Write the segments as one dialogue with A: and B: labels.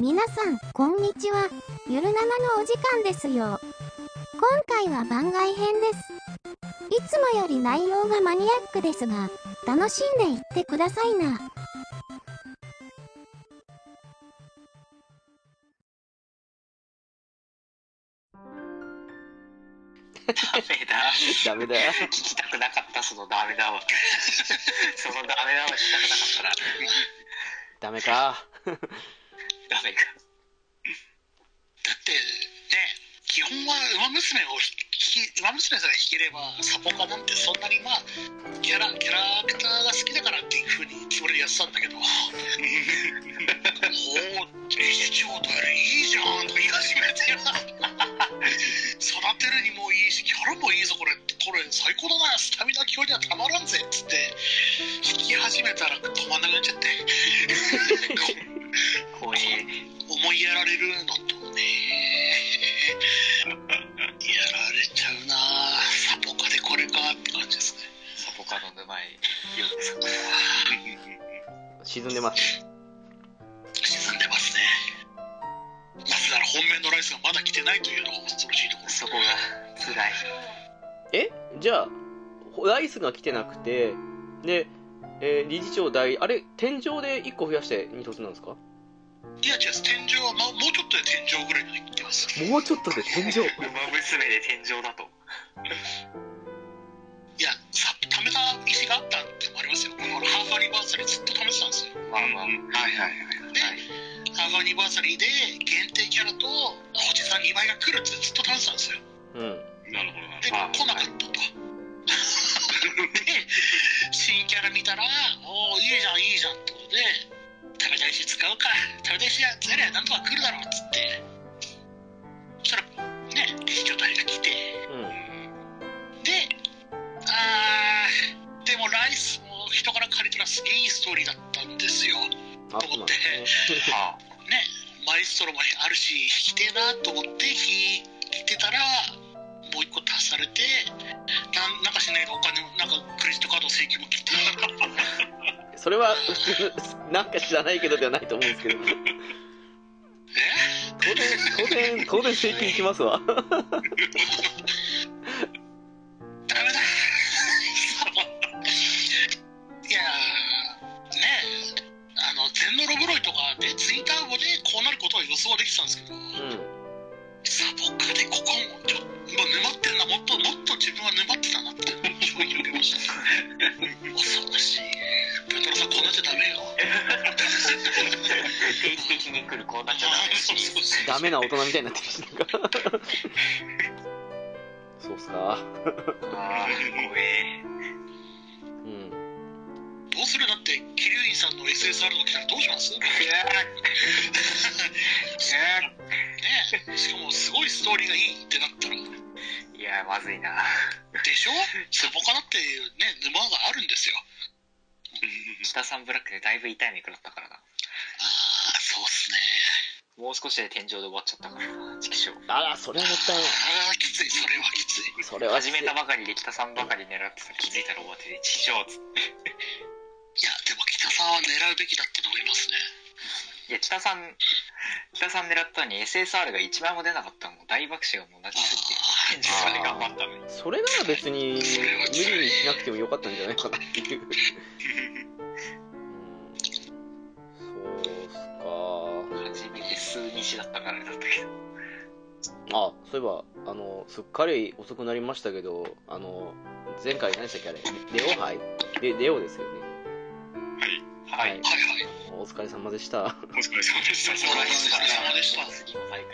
A: 皆さん、こんにちは。ゆるななのお時間ですよ。今回は番外編です。いつもより内容がマニアックですが、楽しんでいってくださいな。
B: ダメだ。
C: ダメだよ。
B: 聞きたくなかった、そのダメだは。 そのダメだは聞きたくなかった
C: ダメか。
B: な。ダメか。
D: だってね基本は「ウマ娘」を弾き「ウマ娘」さえ弾ければサポカなんてそんなにまあキャラキャラクターが好きだからっていうふうに俺やってたんだけど「おお超とやるいいじゃん」とか言い始めてよ育てるにもいいしキャラもいいぞこれこれ最高だなスタミナ強にはたまらんぜっつって弾き始めたら止まんなくなっちゃって
B: 怖え。
D: 思いやられるのとねやられちゃうなサポカでこれかって感じですね
B: サポカの沼へようこそ。
C: 沈んでます。
D: 沈んでますねなぜなら本命のライスがまだ来てないというのが恐ろしいところです
B: そこが辛い。
C: えじゃあ、ほライスが来てなくて、で、えー理事長代、あれ、天井で1個増やして2突なんですか
D: いや違う天井は、ま、もうちょっとで天井ぐらいまで来てます
C: もうちょっとで天井。
B: 馬娘で天井だと。
D: いやさ貯めた石があったってのもありますよこのハーフアニバーサリーずっと貯めてたんですよ
B: まあまあ。はい
D: はいはいで、ハーフアニバーサリーで限定キャラと星さん2倍が来るってずっと貯めてたんですよ
C: うん。
B: なるほどな
D: で、来
B: まあ、
D: なかったと。 で、新キャラ見たら、おお、いいじゃん、いいじゃんってことで、食べたいし使うか、食べたいしやつやりゃなんとか来るだろうっつって、そしたら、ね、理事長代が来て、
C: うん。
D: で、あー、でもライスも人から借りたらすげえいいストーリーだったんですよ。
C: あ、そうなんですね。
B: は
D: ね、マイストロもあるし弾きてえなと思って弾いてたらもう一個足されてなんなんかしないとお金もなんかクレジットカード請求も来て
C: それは、 普通なんか知らないけどではないと思うんですけど。
D: え
C: 当然、当然、当然請求行きますわ。
D: ダメだ そういやーねえあの全ノロブロイとかでツインターボでこうなることは予想はできてたんですけど、
C: うん。
D: サボカでここもちょ、まあ、沼ってんなもっともっと自分は沼ってたなって衝撃を受けました恐ろしいペトロさんこうなっちゃダメよ
B: い。定期的に来る、こうなっちゃダメ。
D: そうそうそう
C: ダメな大人みたいになってき てるから。そうっすか。
B: ああ、怖え。
C: うん。
D: どうするだって桐生院さんの SSR が来たらどうしますね
B: いやー
D: えしかもすごいストーリーがいいってなったら
B: いやー、まずいな。
D: でしょサボカだってね沼があるんですよ
B: 下さんブラックでだいぶ痛い目食らったからな。
D: ああそうっすね
B: もう少しで天井で終わっちゃったからな、畜生。
C: あら、それはもったいない。
D: ああきついそれはきつい
C: それは
B: 始めたばかりで北さんばかり狙ってた気づいたら終わってて地上つっ
D: いやでも北さんは狙うべきだって思いますね
B: ていや北さん北さん狙ったのに SSR が1枚も出なかったのもう大爆笑がもう泣きすぎて天井で頑張ったのに
C: それなら別に無理にしなくてもよかったんじゃないかなっていう。うんそうっすか。
B: 初めて数日だったからあれだったけど
C: あ、そういえば、あの、すっかり遅くなりましたけど、あの、前回何でしたっけあれレオ杯で、レオですよね。
B: はい
D: はいはい
C: お疲れ様でした。
D: お疲れ様でした。お疲れ様でした。
B: 次の大会も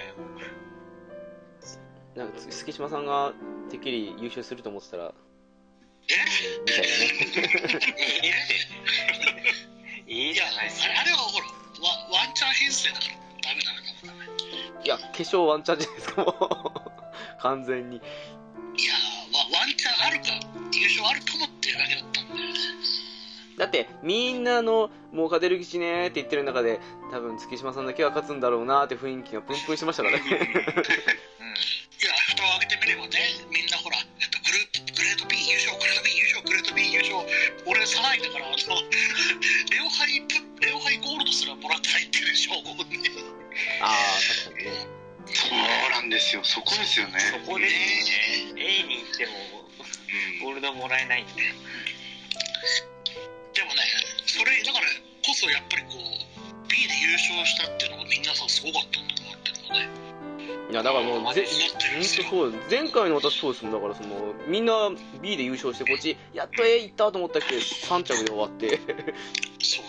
C: なんか、月島さんがてっきり優勝すると思ってたら、
D: え
C: みたいなね。
B: いい
D: い
B: じ
D: や、
B: ゃないですか
D: あれはほら、ワワンチャン編成だから、ダメダメダメダメ。
C: いや、化粧ワンチャンじゃないですか、もう。 完全に。
D: いやー、わワンチャンあるか、優勝あるかもっていうだけだったんで、
C: だってみんなの「もう勝てる気しね」って言ってる中で多分月島さんだけは勝つんだろうなって雰囲気がプンプンしてましたからね
B: うん
D: いや、蓋を開けてみればね、みんなほら、えっと、グループ、グレート B 優勝、グレート B 優勝、グレート B 優勝、俺3位だから、 あの、レオハイプ、レオハイゴールドすらもらって入ってるでしょ、ここに。
C: ああ、確かにね。
E: そうなんですよ、そこですよね。
B: そこです
D: ね
B: よね A に行っても
E: うん
B: ゴールドもらえないんで
D: でもねそれだからこそやっぱりこう B で優勝したっていうのがみんなさすごかったんだなっていうのはね
C: いや、だからもう、ぜ、
D: 思って
C: 本
D: るんで
C: 当
D: すよ
C: そうです前回の私そうですもんだからそのみんな B で優勝してこっちやっと A 行ったと思ったっけ3着で終わって
D: そう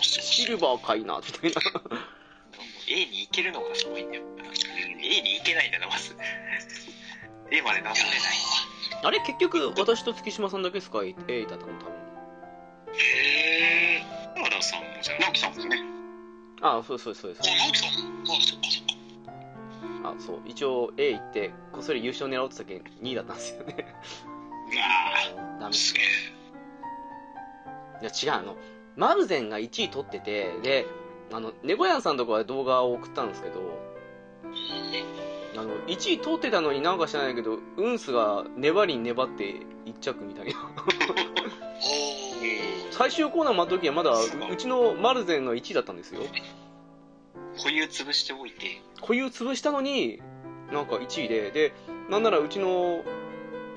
D: そう
C: シ
D: そう
C: ルバーかいなみたい
B: A に行けるのがすごいんだよ A に行けないんだなまず A まで名乗れない
C: な あれ結局私と月島さんだけですか A 行ったの多分
D: へえ
E: 原さんもじゃ直樹さんもですね。
C: ああそうですそうですそう
D: あ
C: です
D: 直樹さんもあそっかそっか
C: あそう一応 A 行ってこっそり優勝狙おうとしたけん2位だったんですよね
D: あ
C: ダメ
D: あ
C: です
D: すげえ
C: いや違うあのマルゼンが1位取っててであの猫やんさんとかは動画を送ったんですけどあの1位取ってたのになんか知らないけどウンスが粘りに粘って1着みたいな
D: おー
C: 最終コーナー待っときはまだううちのマルゼンが1位だったんですよ
B: 保有潰しておいて
C: 保有潰したのになんか1位ででなんならうちの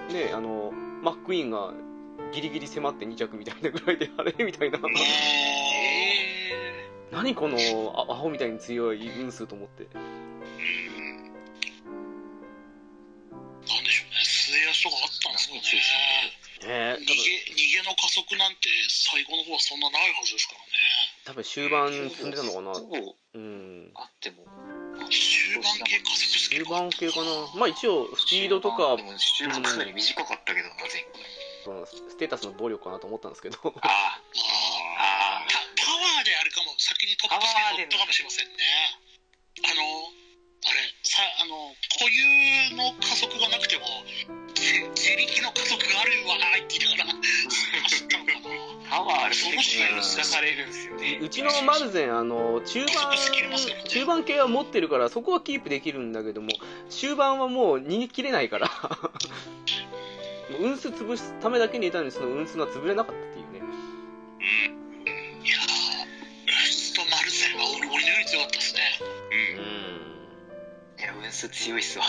C: ねあのマックイーンがギリギリ迫って2着みたいなぐらいであれみたいな
D: あー
C: 何このあアホみたいに強いウンスと思って
D: なんでしょうね末足とかあったんですかね
C: ねえ
D: 逃げ逃げの加速なんて最後の方はそんなないはずですからね
C: 多分多分終盤積んでたのかな
B: ほぼ
C: うん
B: あっても
D: 終盤系加速す
C: 終
D: る
C: 盤系かなまあ一応スピードとか
B: でも終盤かなり短かったけどな前回
C: そのステータスの暴力かなと思ったんですけど
B: あああ
D: パパワーであれかも先にトップスピン乗ったかもしれませんねあのあれさあの固有の加速がなくてもじ自力の加速があるわーって言いながら 走ったのかな
B: パワーあると結構出されるんですよね
C: うちのマルゼンあの中盤
D: 加速しきれますよね
C: 中盤系は持ってるからそこはキープできるんだけども終盤はもう逃げ切れないから もう運数潰すためだけにいたのにその運数が潰れなかったっていうね
D: いやーラストマルゼンは俺俺のより強かったですね
B: いやウンス強いっすわ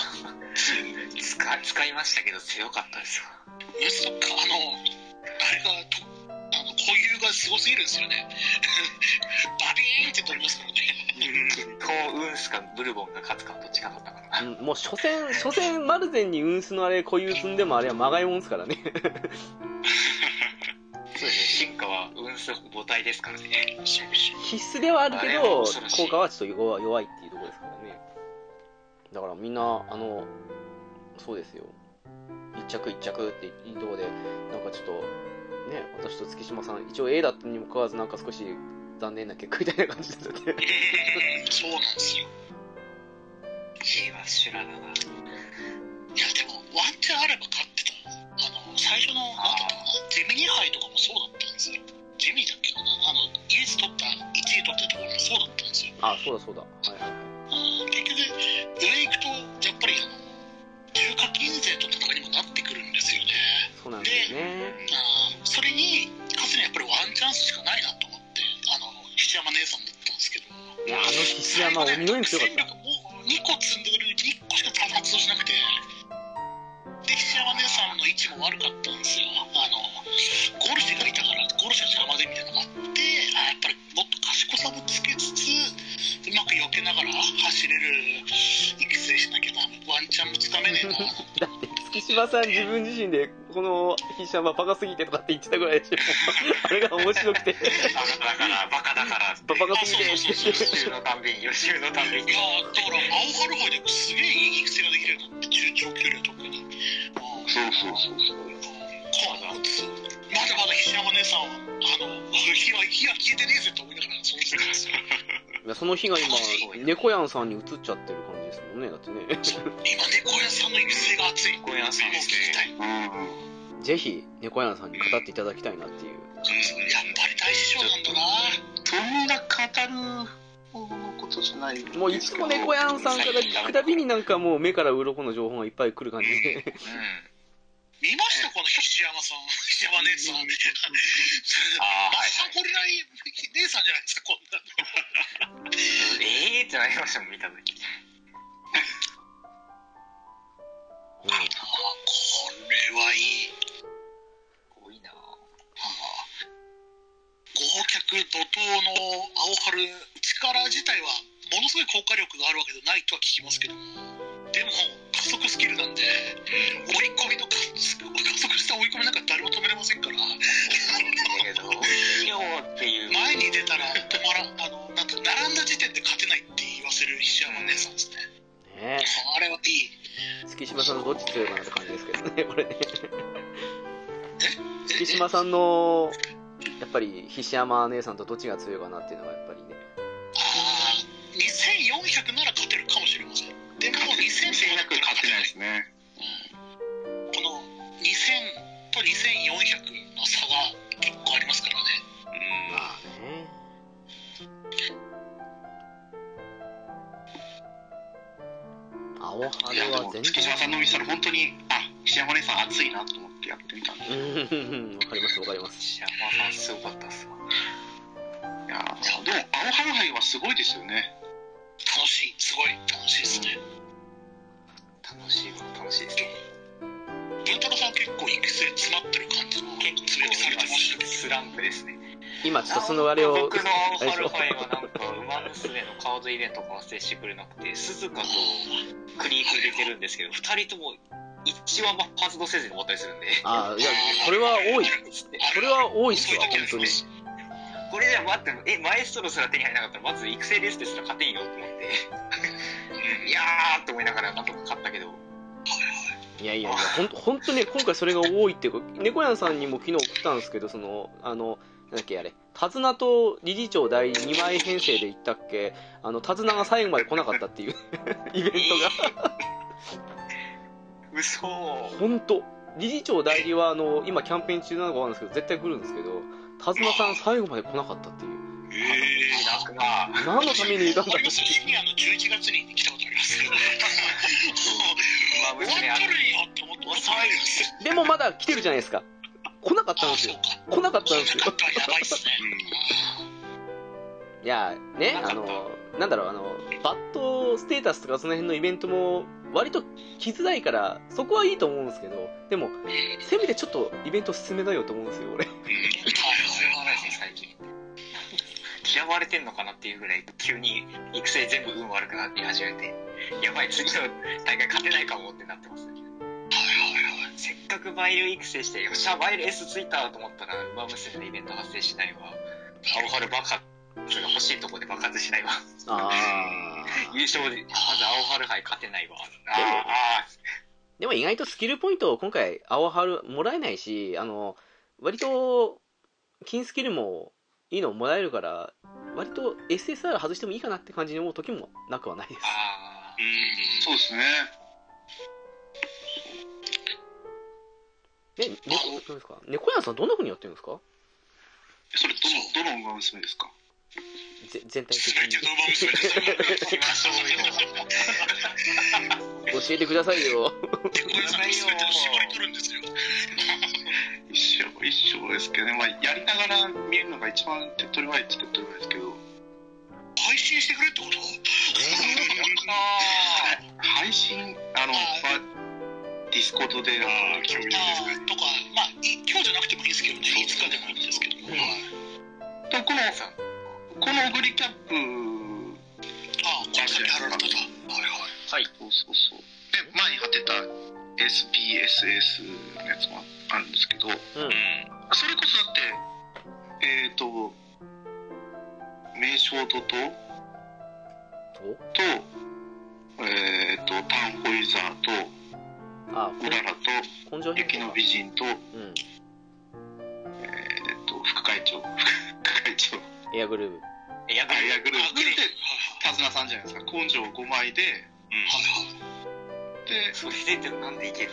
B: 使使いましたけど強かったですわ
D: えそっかあのあれがとあの固有がすごすぎるんですよね バビーンって取りますからね
B: こうウンスかブルボンが勝つかどっちかだったからな
C: うんもう所詮所詮マルゼンに運数のあれ固有積んでもあれはまがいもんですからね
B: そうですね進化は運数母体ですから ね
C: 必須ではあるけ
B: あれ
C: ど
B: は恐ろしい
C: 効果はちょっと弱弱いっていうところですからねだからみんなあのそうですよ一着一着っていいとこでなんかちょっとね私と月島さん一応 A だったにもかかわらずなんか少し残念な結果みたいな感じになっちゃって
D: そうなんですよ
B: A は修羅だない
D: やでもワンチャンあれば勝ってたあの最初のなんだったかなゼミニ杯とかもそうだったんですよゼミだっけかなあのイエス取った1位取ったところもそうだったんですよ
C: あそうだそうだはいはいは
D: うん結局上行くとやっぱりあの重課金税と戦いにもなってくるんですよね
C: いそうなんですよね
D: あーそれに勝つにはやっぱりワンチャンスしかないなと思ってあの菱山姉さんだったんですけど
C: いやあの菱山鬼のように強かっ
D: 戦力もう2個積んでるうち1個しか多発をしなくてで菱山姉さんの位置も悪かったんですよあのゴルシェがいたからゴルシェが邪魔でみたいなのがあってあーやっぱりもっと賢さもつけつつうまく避けながら走れる育成しなきゃなワンチャンもつかめねえな
C: ただって月島さん自分自身でこの菱山バカすぎてとかって言ってたぐらいでしょあれが面白くて
B: だからバカだから
C: ババカすぎて
B: 予習のたんびに予習のたんび
D: い
B: に
D: やーだから青春杯ですげえいい育成ができるようになって中長距離は特にあー
E: そうそうそうそう。
D: まだまだ菱山姉さんはあの火は火は消えてねえぜと思いながらその時ですよ
C: いやその日が今猫やんさんに移っちゃってる感じですもんねだって ね
D: 今猫屋さんの育成が熱い
B: 猫屋さん
D: もう聞きたい
E: うん。
C: ぜひ猫やんさんに語っていただきたいなっていう
D: やっぱり大師匠なんだな
E: そんな語るほどのことじゃないんですけど。
C: もういつも猫 やんさんから聞くたびになんかもう目から鱗の情報がいっぱい来る感じで
B: うん
D: 見ましたこの菱山さん菱山姉さんマ
B: ああ、はい
D: ッサゴリラ姉さんじゃないですかこんなの
B: はい。ええー、ってなりましたもん、見たとき。
C: うん
D: あこれはいい
B: 多いなぁ。
D: 豪脚怒涛の青春力自体はものすごい効果力があるわけではないとは聞きますけどでも加速スキルなんで追い込みの加速加速した追い込みなんか誰も止めれませんから
B: だけど、量っていう。
D: 前に出たら止まらんあのなんか並んだ時点で勝てないって言わせる菱山姉さんですね
C: ね
D: あれはいい
C: え月島さんどっち強いかなって感じですけどねこれ ね月
D: え
C: 島さんのやっぱり菱山姉さんとどっちが強いかなっていうのがやっぱりね
D: あー2400なら勝てるかもしれませんでも2400
E: なく勝てないですね。
D: この2000と2400の差が結構ありますからね
C: まあね青春
E: いや、で
C: は
E: も、
C: 全
E: 月島さんの見せたら本当に、あ、石山姉さん熱いなと思ってやってみたんで。い
C: 然わかりますわかります
B: シャマさんすごかったっすわ。
E: やー、でも、青ハンハイはすごいですよね。
D: 楽しいすごい楽しいですね
B: 楽しいわ、楽しいですね。
D: 文太郎さん結構育成詰まってる感じの
B: 結
D: つぶやきされてましたけ
B: 構、スランプですね。
C: 今ちょっとそのあれを
B: 僕のアオハルファイはなんか、馬娘のカードイベントが発生してくれなくて、鈴鹿とクリーク出てるんですけど、二人とも一話も発動せずに終わったりするんで、
C: ああいやこれ は多いこれは多いっすわ
D: そうい
C: 本
D: う時あり
C: 当に
D: ます
B: これじゃ待っても、え、マエストロすら手に入らなかったら、まず育成レースですら勝てんよと思って、いやーと思いながらなんとか勝ったけど、
C: いやいやいや、ほん本当ね、今回それが多いっていうか、猫屋さんにも昨日送ったんですけど、その、あの、なんだっけ、あれ、手綱と理事長第2枚編成で行ったっけ、あの、手綱が最後まで来なかったっていう イベント
B: 嘘ー
C: が、本当理事長代理は、あの、今キャンペーン中なのかわかんないですけど、絶対来るんですけど、手綱さん最後まで来なかったっていう。
B: 泣くな
C: 何のためにいたんだ
D: ありますよシニアの11月に来たことあ りますけど
B: 馬
D: 終わっ
B: 娘あ
D: とるんよって思って終わってるんですよ
C: でもまだ来てるじゃないですか。来なかったん
D: あ
C: です
D: そう
C: よ。
D: か
C: 来なかったんですよ
D: そう。かやばいっすね
C: いやねあのなんだろうあのバットステータスとかその辺のイベントも割と来づらいからそこはいいと思うんですけどでもせめてちょっとイベント進めなよと思うんですよ俺
D: はいはいはい
B: 最近嫌われてんのかなっていうぐらい急に育成全部運悪くなって始めてやばい次の大会勝てないかもってなってますねせっかくバイル育成してよっしゃバイル S ついたと思ったら馬娘のイベント発生しないわ青春爆発が欲しいとこで爆発しないわ
C: あ
B: 優勝でまず青春杯勝てないわあ
C: でも意外とスキルポイントを今回青春もらえないしあの割と金スキルもいいのもらえるから割と SSR 外してもいいかなって感じに思う時もなくはないで
B: ー
C: す
B: あ
E: そうですね。
C: で猫どうですか猫屋さんどんな風にやってるんですか
E: それ、どの、どの馬娘ですか
C: ぜ全体
D: 全
C: 的
D: て
C: に
D: の馬娘です
B: あ来ましょうよ
C: 教えてくださいよ
D: 猫屋さんが全てを絞り取るんですよ
E: 一生、一生ですけどね。まあ、やりながら見るのが一番手っ取り早いっちゃ手っ取り早いですけど。
D: 配信してくれってこと
E: 配信、あの、まあ、ディスコードで、あの共有ですかね。
D: とかまあい今日じゃなくてもいいですけどねいつかでもいいんですけど、はい
E: とこのこのグリキャップ
D: ああこんなに貼られてたはいはい
B: はい
E: そうそうそうで前に貼ってた SBSS のやつもあるんですけど
C: うん
E: それこそだってえっ、と名称とと
C: お
E: とえっ、とタンホイザーと
C: あ
E: うららと
C: こん根性変
E: 雪の
C: 更か
E: 美人と,、
C: う
E: え
C: ん
E: ー、と副会長副会長
C: エアグルーヴ
B: いや
E: あいやグルー
D: あ
E: プ
D: グルー
E: で
D: プ
E: 手綱さんじゃないですか根性5枚で
D: はいはい
E: で
B: それでなんでいける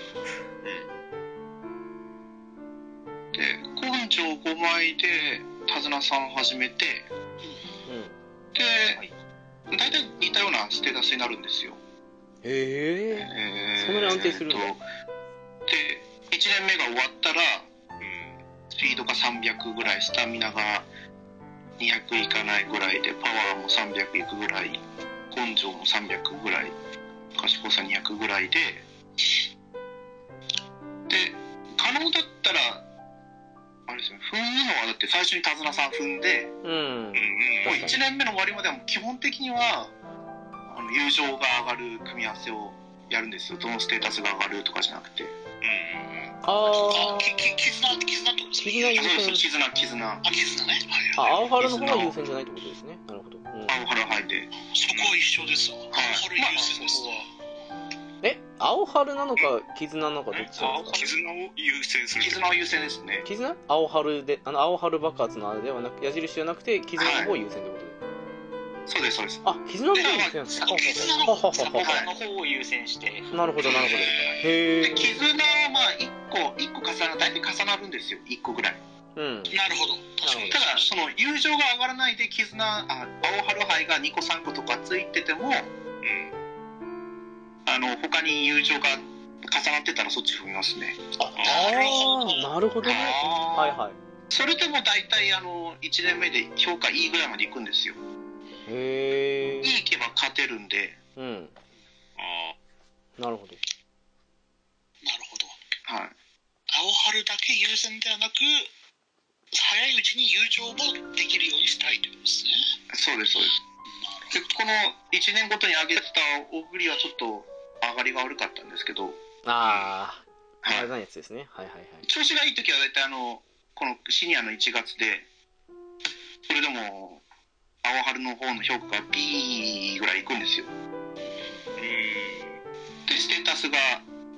E: で根性5枚で手綱さん始めて
C: うん
E: で、
B: はい
E: 大体似たようなステータスになるんですよ
C: へえ
E: えー
C: そんなに安定するんだ
E: えーっとで年目が終わったら、うん、スピードが300ぐらいスタミナが200いかないぐらいでパワーも300いくぐらい根性も300ぐらい賢さ200ぐらいでで可能だったらあれですよね踏むのはだって最初に手綱さん踏んで。
C: うん。
E: もう1年目の終わりまではもう基本的にはあの友情が上がる組み合わせをやるんですよどのステータスが上がるとかじゃなくて
C: あ
D: あきき絆って絆ってことです
C: ー、
D: か
C: 絆優
E: あそうそう
C: 先。
E: 絆絆
D: あ絆ねはい
C: あ、ア
D: はい
C: オハルの方が優先じゃないってことですね。なるほど。うん
E: 青原杯で
D: そこは一緒ですわ
E: い
D: 春優先ですわ
C: え、青春なのか、絆なのか、どっちなんですか
F: 絆を優先するってこと
E: 絆を優先ですね
C: 絆青春で、あの、青春爆発のあれではなく、矢印じゃなくて、絆の方優先ってことで。
E: そうですそうです
C: あ、絆の方優先なんですかは
D: 絆
C: ははは
B: サポ
C: は
B: カの方を優先して
C: なるほど、なるほど。
D: え
C: へ
E: で
C: え。
E: 絆はまあ1個1個重な大体重なるんですよ1個ぐらい
C: うん。
D: ーなるほど確かに
E: ただその友情が上がらないで絆あ青春杯が2個3個とかついてても、うん、あの他に友情が重なってたらそっち踏みますね
C: あ
D: なるほど
C: ー、なるほどね。はいはい。
E: それでも大体あの1年目で評価いいぐらいまでいくんですよ
C: へえ
E: い。いけば勝てるんで、
C: うん。
F: あ
C: なるほど。
D: なるほど
E: はい、
D: 青春だけ優先ではなく早いうちに友情もできるようにしたいということですね
E: そうですそうですでこの1年ごとに上げてた大栗はちょっと上がりが悪かったんですけど、
C: あー、あ
E: は
C: れ
E: い、
C: なやつですね。はいはいはい。
E: 調子がいい時は大体あのこのシニアの1月でそれでも青春の方の評価が B ぐらいいくんですよでステータスが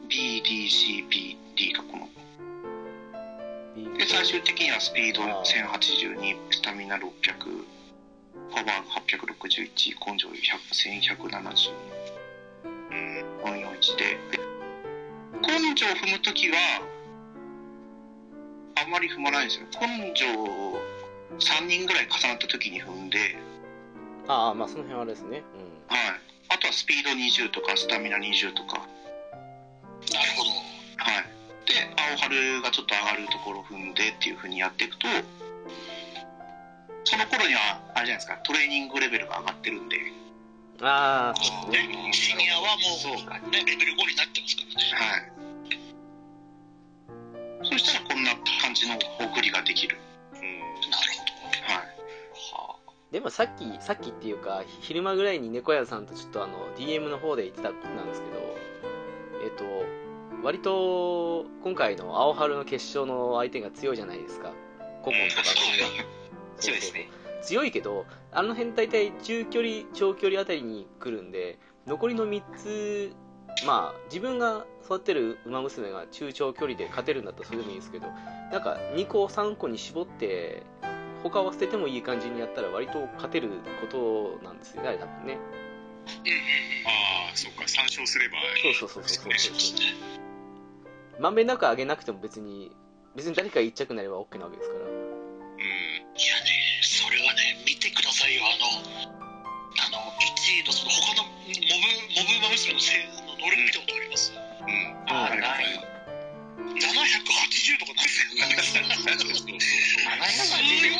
E: BDCBD かこの
C: いい
E: で最終的にはスピード1082スタミナ600パワーが861根性100 1170うん441で根性を踏む時はあんまり踏まないんですよ根性を3人ぐらい重なった時に踏んで、
C: ああ、まあその辺はあれですね。
E: はい、あとはスピード20とかスタミナ20とか
D: なるほど
E: はい、で青春がちょっと上がるところを踏んでっていうふうにやっていくとその頃にはあれじゃないですかトレーニングレベルが上がってるんで、はい、
C: うん。ああ、そうですね。
D: ねシニアはも
B: そうか
D: う、ね、レベル5になってますからね
E: そしたらこんな感じの送りができる、
D: なるほど
E: はい、
C: でもさっき、さっきっていうか、昼間ぐらいに猫屋さんとちょっとあの、DM の方で言ってたことなんですけど、えっ、と、割と、今回の青春の決勝の相手が強いじゃないですか。ココン とか
B: 強いですね
C: 強いけど、あの辺大体中距離、長距離あたりに来るんで、残りの3つ、まあ、自分が育ってる馬娘が中長距離で勝てるんだったらそれでもいいですけど、なんか2個、3個に絞って、他は捨ててもいい感じにやったら割と勝てることなんですよね、あれ多分ね。
F: ああそうか参照すれば
C: そうそうそうそうそうそう。まんべんなく上げなくても別に、別に誰か一着になれば OK なわけですから。
F: うん
D: いやねそれはね見てくださいよあのあの1位のその他のモブモブ馬娘のせいの能力見たことあります
E: うん
B: あ
E: は
B: ー
E: い
B: ない
D: 780とかなんですよ
F: そうそうそう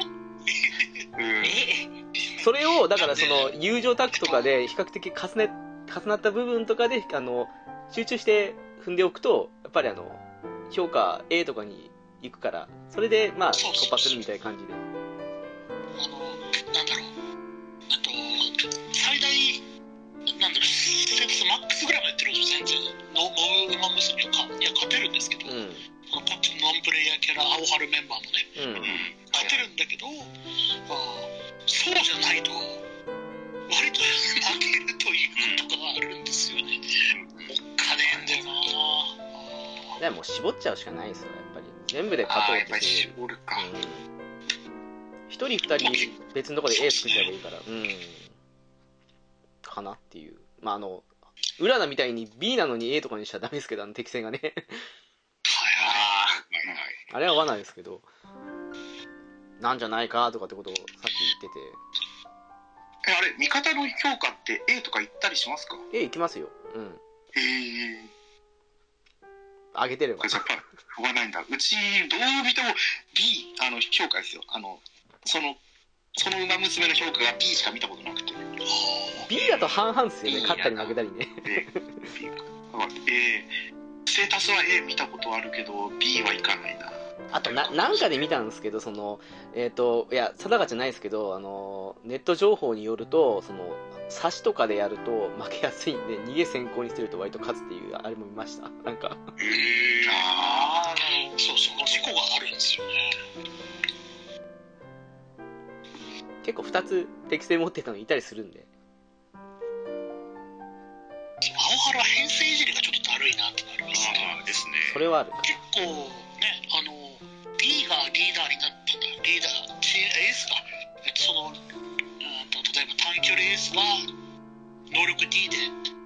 E: うん
B: え
C: それを、だからその、友情タッグとかで、比較的重ね、重なった部分とかで、あの、集中して踏んでおくと、やっぱりあの、評価 A とかに行くから、それで、まあ、
D: そうそう
C: 突破するみたいな感じで。
D: あの、なんだろう、あと、最大、なんだろう、セプスマックスぐらいまでいってるんですよ、全然。の、モブウマ娘にはかには勝てるんですけど、
C: うん。うん。
D: このこっちのノンプレイヤーキャラ、青春メンバーもね、勝てるんだけど、まあ、そうじゃないと、割と負けるということがあるんですよね。おっかねえんだよな
C: だからもう絞っちゃうしかないですよ、やっぱり。全部で勝
B: あ
C: と
B: ー
C: う
B: や
C: っ
B: ってぱり
C: いう。
B: 絞るか
C: うん。一人二人、別のとこで A 作っちゃえばいいから。うん。かなっていう。まあ、あの、ウラナみたいに B なのに A とかにしちゃダメですけど、あの適性がね。
F: ああはいはい
C: あれは罠ですけど、なんじゃないかとかってことをさっき言っ
E: えあれ味方の評価って A とか言ったりしますか
C: てて、え、行きますよ。うん。
E: ええ
C: あ上げてれば
E: これやっぱしょうがないんだうちどう見ても B あの評価ですよあのそのその馬娘の評価が B しか見たことなくて
C: B だと半々ですよね勝ったり負けたりね
E: A B かだから A ステータスは A 見たことあるけど B はいかないな
C: あとななんかで見たんですけどそのえっ、といや定かじゃないですけどあのネット情報によるとその差しとかでやると負けやすいんで逃げ先行にしてると割と勝つっていうあれも見ましたなんか
D: あーそうそう事故があるんですよね
C: 結構2つ適性持ってたのいたりするんで
D: 青原編成いじりがちょっとだるいなってなりますね
F: ああですね
C: それはある
D: 結構ねあの B がリーダーになったんだリーダーチエースがえっとそのうんと例えば短距離エースが能力 D で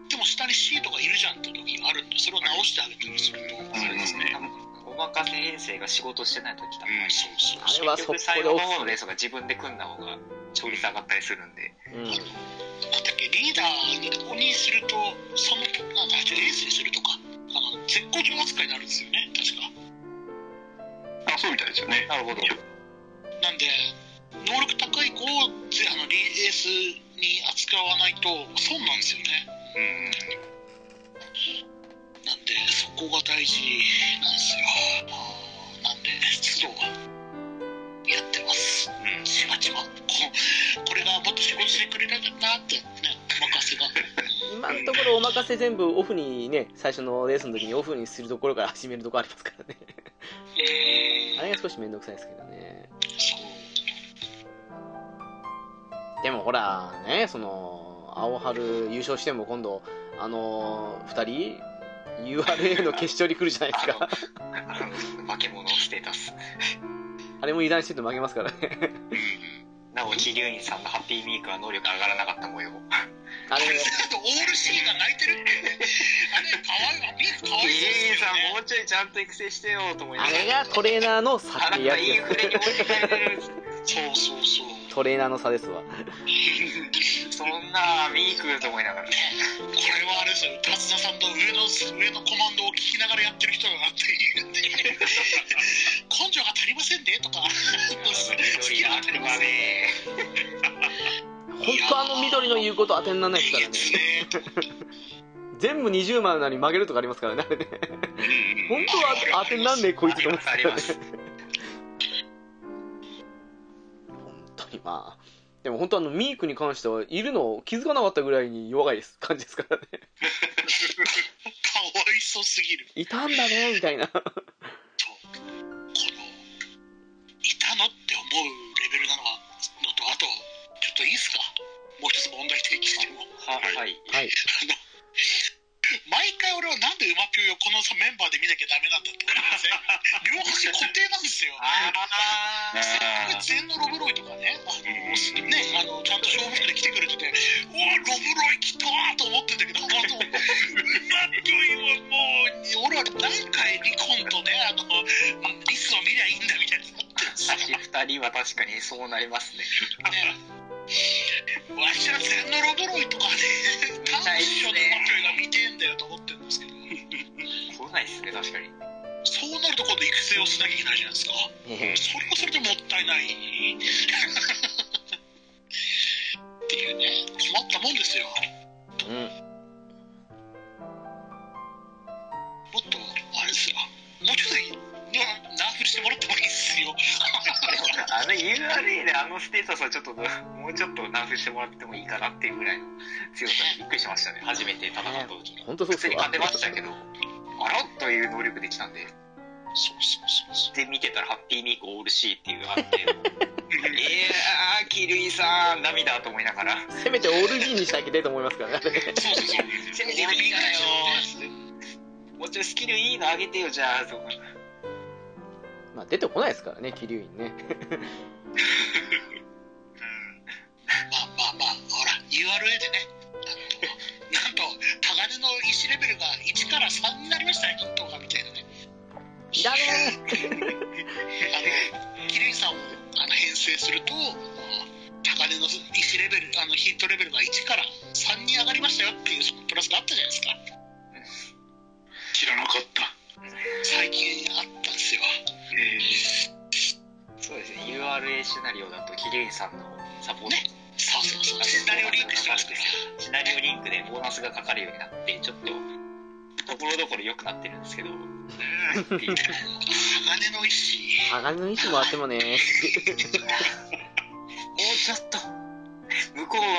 D: でも下に C とかいるじゃんって時があるんでそれを直してあげたりすると、うん、
B: そうですね多分お任せ編成が仕事してない時だから、
F: うん
D: そうそう
C: あれはそこ
B: 結局最
C: で
B: 後
C: オ
B: の方
C: フ
B: のレースが自分で組んだ方が勝率上がったりするんで
C: うん
D: なんだっけリーダーにするとそのなんだエースにするとかあの絶好調扱いになるんですよね確か
E: あそうみたいですよね
B: なるほど
D: なんで能力高い子をぜあのリエースに扱わないと損なんですよね
B: うん
D: なんでそこが大事なんですよなんで出動はやってます
F: うん
D: ちまちまここれがもっと仕事してくれないかなってねお任せが
C: 今のところお任せ全部オフにね最初のレースの時にオフにするところから始めるところありますからねあれが少し面倒くさいですけどね
D: そう
C: でもほらねその青春優勝しても今度あの2人 URA の決勝に来るじゃないです か
B: 化け物ステータス
C: あれも油断してると負けますからね
B: なお桐生院さんのハッピーミークは能力上がらなかった模様
C: あれも
D: あとオール C が泣いてるってあれかわいいわミスかわい
B: 桐
D: い
B: 生院
D: ですよ
B: さん
D: ね
B: もうちょいちゃんと育成してよと思いな
C: あ
B: がら
C: れがトレーナーの差っ
B: あな
C: てや
B: た
C: つ
B: インフレに持ってかれてる
D: そうそうそう
C: トレーナーの差ですわ
B: そんなミークと思いながら
D: これはあれですよ達田さんの上の上のコマンドを聞きながらやってる人だなっていう根性が足りませんねとか
B: 緑の悪魔ね
C: 本当あの緑の言うこと当てにならないですからね
D: ですね
C: 全部20万なのに負けるとかありますからねあれね本当は当てになんねえこいつと思ってた
B: ありますあ
C: ね本当にまあでも本当あのミークに関してはいるの気づかなかったぐらいに弱いです感じですからね
D: かわいそうすぎる
C: いたんだねみたいな
D: とこのいたのって思うレベルなのがのとあとちょっといいですかもう一つ問題提起しても
B: ははい
C: はい
D: あの毎回俺はなんで馬ぴゅうをこのさメンバーで見なきゃダメなんだって思いません両端固定なんですよ
B: あー
D: 全のロブロイとかね、あのねあのちゃんと正面から来てくれてて、うわ、ロブロイ来たーと 思ってんだけど、あの、なんというもう、俺は何回離婚とね、あの、リスを見りゃいいんだみたいになってるんですよ。
B: 二人は確かにそうなりますね
D: ね、わしは全のロブロイとか ね、単純のマピョイが見てえんだよと思ってるんですけど、
B: そうないっすね確かに
D: そうなると今度育成をしなきゃいけないじゃないですか。
C: ええ
D: それはそれでもったいないっていうね困ったもんですよ
C: うん
D: もっとあれですよもうちょっとねナーフしてもらってもいいです
B: あ
D: よ
B: の URA であのステータスはちょっともうちょっとナーフしてもらってもいいかなっていうぐらいの強さにびっくりしましたね初めて戦った時に
C: 本当そう
B: 普
C: っす
B: 通に
C: よ
B: 勝てましたけどあらという能力できたんで
D: そうそうそ うそ
B: で
D: う
B: 見てたらハッピーミークオール C っていうのがあってえーキルイさん涙と思いながら
C: せめてオール B にしてあげてと思いますからねあれね
D: そうそうそう
B: せめて
D: 俺
B: いい
D: 以
B: か
D: 外
B: よもうちょいスキルいいのあげてよじゃあとか
C: まあ出てこないですからね桐生院ね
D: まあまあまあほら URA でね あのなんと鋼の石レベルが1から3になりましたねヒントがみたいなね
C: いらね
D: あのキリンさんをあの編成すると高値の石レベルあのヒントレベルが1から3に上がりましたよっていうそのプラスがあったじゃないですか
E: 知らなかった
B: ナリオだとキリエさんのサポート、
D: ねそうそうそうシナリオリンクしてますから
B: シナリオリンクでボーナスがかかるようになってちょっとところどころ良くなってるんですけどっていう
D: 鋼の石
C: 鋼の石もあってもね、
B: もうちょっと向こうは上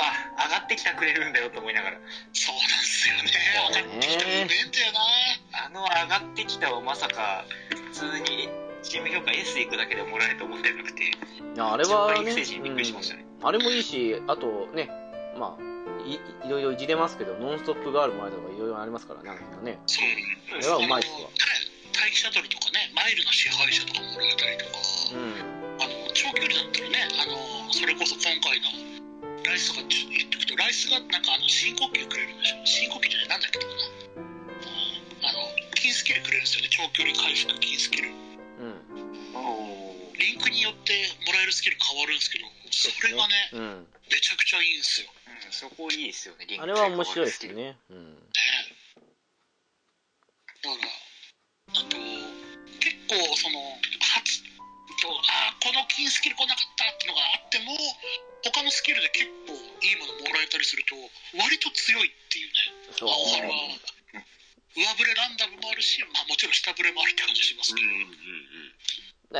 B: がってきてくれるんだよと思いながら
D: そうなんですよね分かってきたら不便だよ
B: あの
D: な
B: 上がってきたをまさか普通にチーム評価 S いくだけでもらえると思ってなくて
C: いやあれは
B: ちょっと育
C: ね、
B: 成陣びっくりしましたね
C: うんあれもいいし、あとね、まあ、いいろいろいじれますけど、ノンストップガールもあれとかいろいろありますからね、あの辺はね。
D: そ
C: あ
D: う
C: れはうまいっすわ。
D: 待機シャトルとかねマイルの支配者とかもらえたりとか
C: うん。
D: あの長距離だったらねあのそれこそ今回のライスとかちょ言ってくとライスがなんかあの深呼吸くれるんでしょ深呼吸じゃないなんだっけかな、うん、あの金スキルくれるんですよね長距離回復金スキル
C: うん。
D: リンクによってもらえるスキル変わるんですけどそれがね
C: うん。
D: めちゃくちゃいいんですよ
B: うんそこいいですよねリンク
C: あれは面白いですよね。うん。
D: ねだからあと結構その初とあーこの金スキル来なかったっていうのがあっても他のスキルで結構いいものもらえたりすると割と強いっていうね
C: そう
D: 青。春は上振れランダムもあるし、まあ、もちろん下振れもあるって感じしますけど、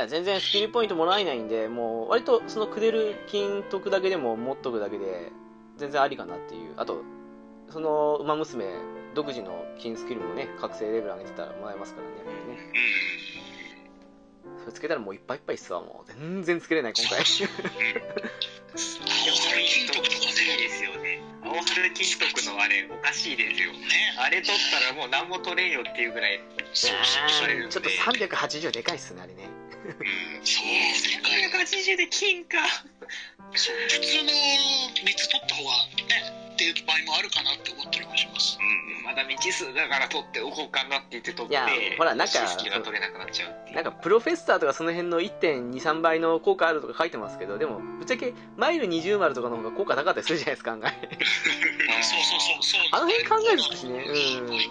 C: だから全然スキルポイントもらえないんで、もう割とそのくれる金得だけでも持っとくだけで、全然ありかなっていう。あと、その馬娘独自の金スキルもね、覚醒レベル上げてたらもらえますからね。やっぱりねそれつけたらもういっぱいいっぱいっすわ、もう。全然つけれない、今回。
D: 青春金徳とか
B: いい
D: ね
B: ですよね青春金徳のあれおかしいですよ
D: ね
B: あれ取ったらもう何も取れんよっていうぐらい
D: そうそうそう
B: れるん
C: ちょっと380でかいっすね、あれね。
D: そう世界が
B: 380で金か
D: そう普通の3つ取った方がねっていう場合もあるかなって思ったりもします
B: まだ未知数だから取っておこうかなって言って取って
C: いやほらなんか
B: 知識が取れなくなっちゃうっていう
C: なんかプロフェッサーとかその辺の1.23倍の効果あるとか書いてますけど、でも、ぶっちゃけマイル20丸とかの方が効果高かったりするじゃないですか、 案外。
D: そうそうそうそう
C: あの辺考えるとね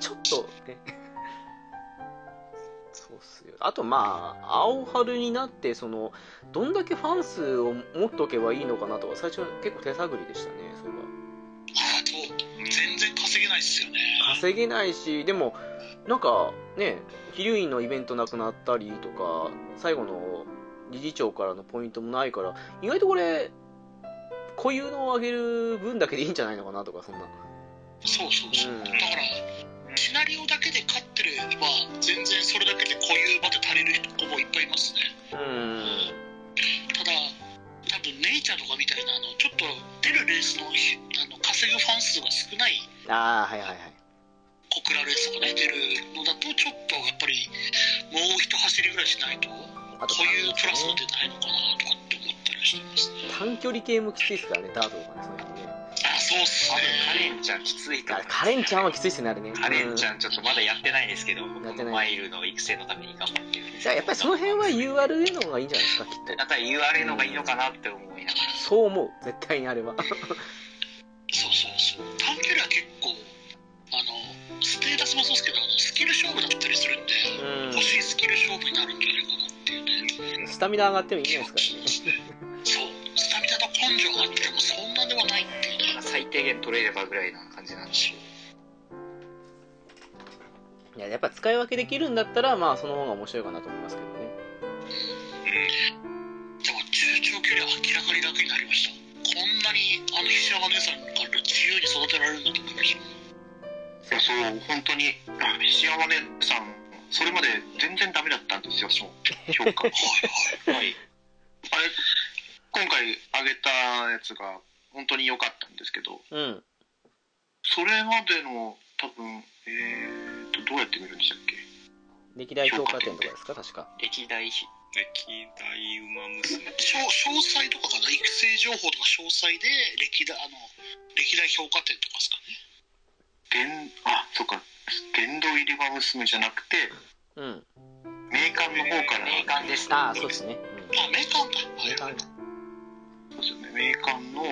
C: ちょっとね。そうっすよ。あとまあ、青春になって、その、どんだけファン数を持っとけばいいのかなとか、最初結構手探りでしたね、それは。
D: あと全然稼げないっすよね
C: 稼げないしでもなんかね飛龍院のイベントなくなったりとか最後の理事長からのポイントもないから意外とこれ固有のを上げる分だけでいいんじゃないのかなとかそんな
D: そうそうそう、
C: うん
D: だからシナリオだけで勝ってれば全然それだけでこういう場で足りる子もいっぱいいますね
C: うん
D: ただ多分ネイチャーとかみたいなあのちょっと出るレースのあの稼ぐファン数が少ない
C: ああはいはいはい
D: 小倉レースとかね出るのだとちょっとやっぱりもう一走りぐらいしないとこ
C: あと
D: ういうプラス
C: ね
D: が出ないのかなとかって思ったりしてますね
C: 短距離系もきついですからねダートとかねその辺ね
D: あそうっす
B: 多分
D: ね
B: カレンちゃんきついと
C: あ
B: 思う
C: カレンちゃんはきついっすねあれね
B: カレンち
C: う
B: ゃんちょっとまだやってないですけど
C: やってない
B: マイルの育成のために頑張ってるんです
C: じゃあやっぱりその辺は URA の方がいいんじゃないですかきっと
B: やっぱり UR のがいいのかなって思いながら
C: そう思う絶対にあれは
D: そうそうそう短距離は結構あのステータスもそうですけどあのスキル勝負だったりするんで、
C: うん
D: 欲しいスキル勝負になるんじゃないかなっていうね
C: スタミナ上がってもいいんじゃないですかね
D: そうスタミナと根性があってもそんなではないっていうね
B: 最低限取れればぐらいな感じなんでしょ
C: いややっぱ使い分けできるんだったらまあその方が面白いかなと思いますけどね
D: でも中長距離は明らかに楽になりましたこんなにあの菱山姉さんから自由に育てられるんだと思いました
E: いやそう本当にあ石山ねさんそれまで全然ダメだったんですよその評 価
B: うはい
E: あれ今回上げたやつが本当に良かったんですけど
C: うん
E: それまでの多分えー、とどうやって見るんでしたっけ
C: 歴代評価点とかですか確か
B: 歴代比
F: 歴代馬娘
D: 詳詳細とかかな育成情報とか詳細で歴代あの歴代評価点とかですかね
E: 電あそっか電動入り場娘じゃなくて
C: うん
E: 名鑑の方から
B: 名鑑ですね
C: ああそうですね
D: あメーカーだ
C: うん名鑑
E: そうですよね名鑑ので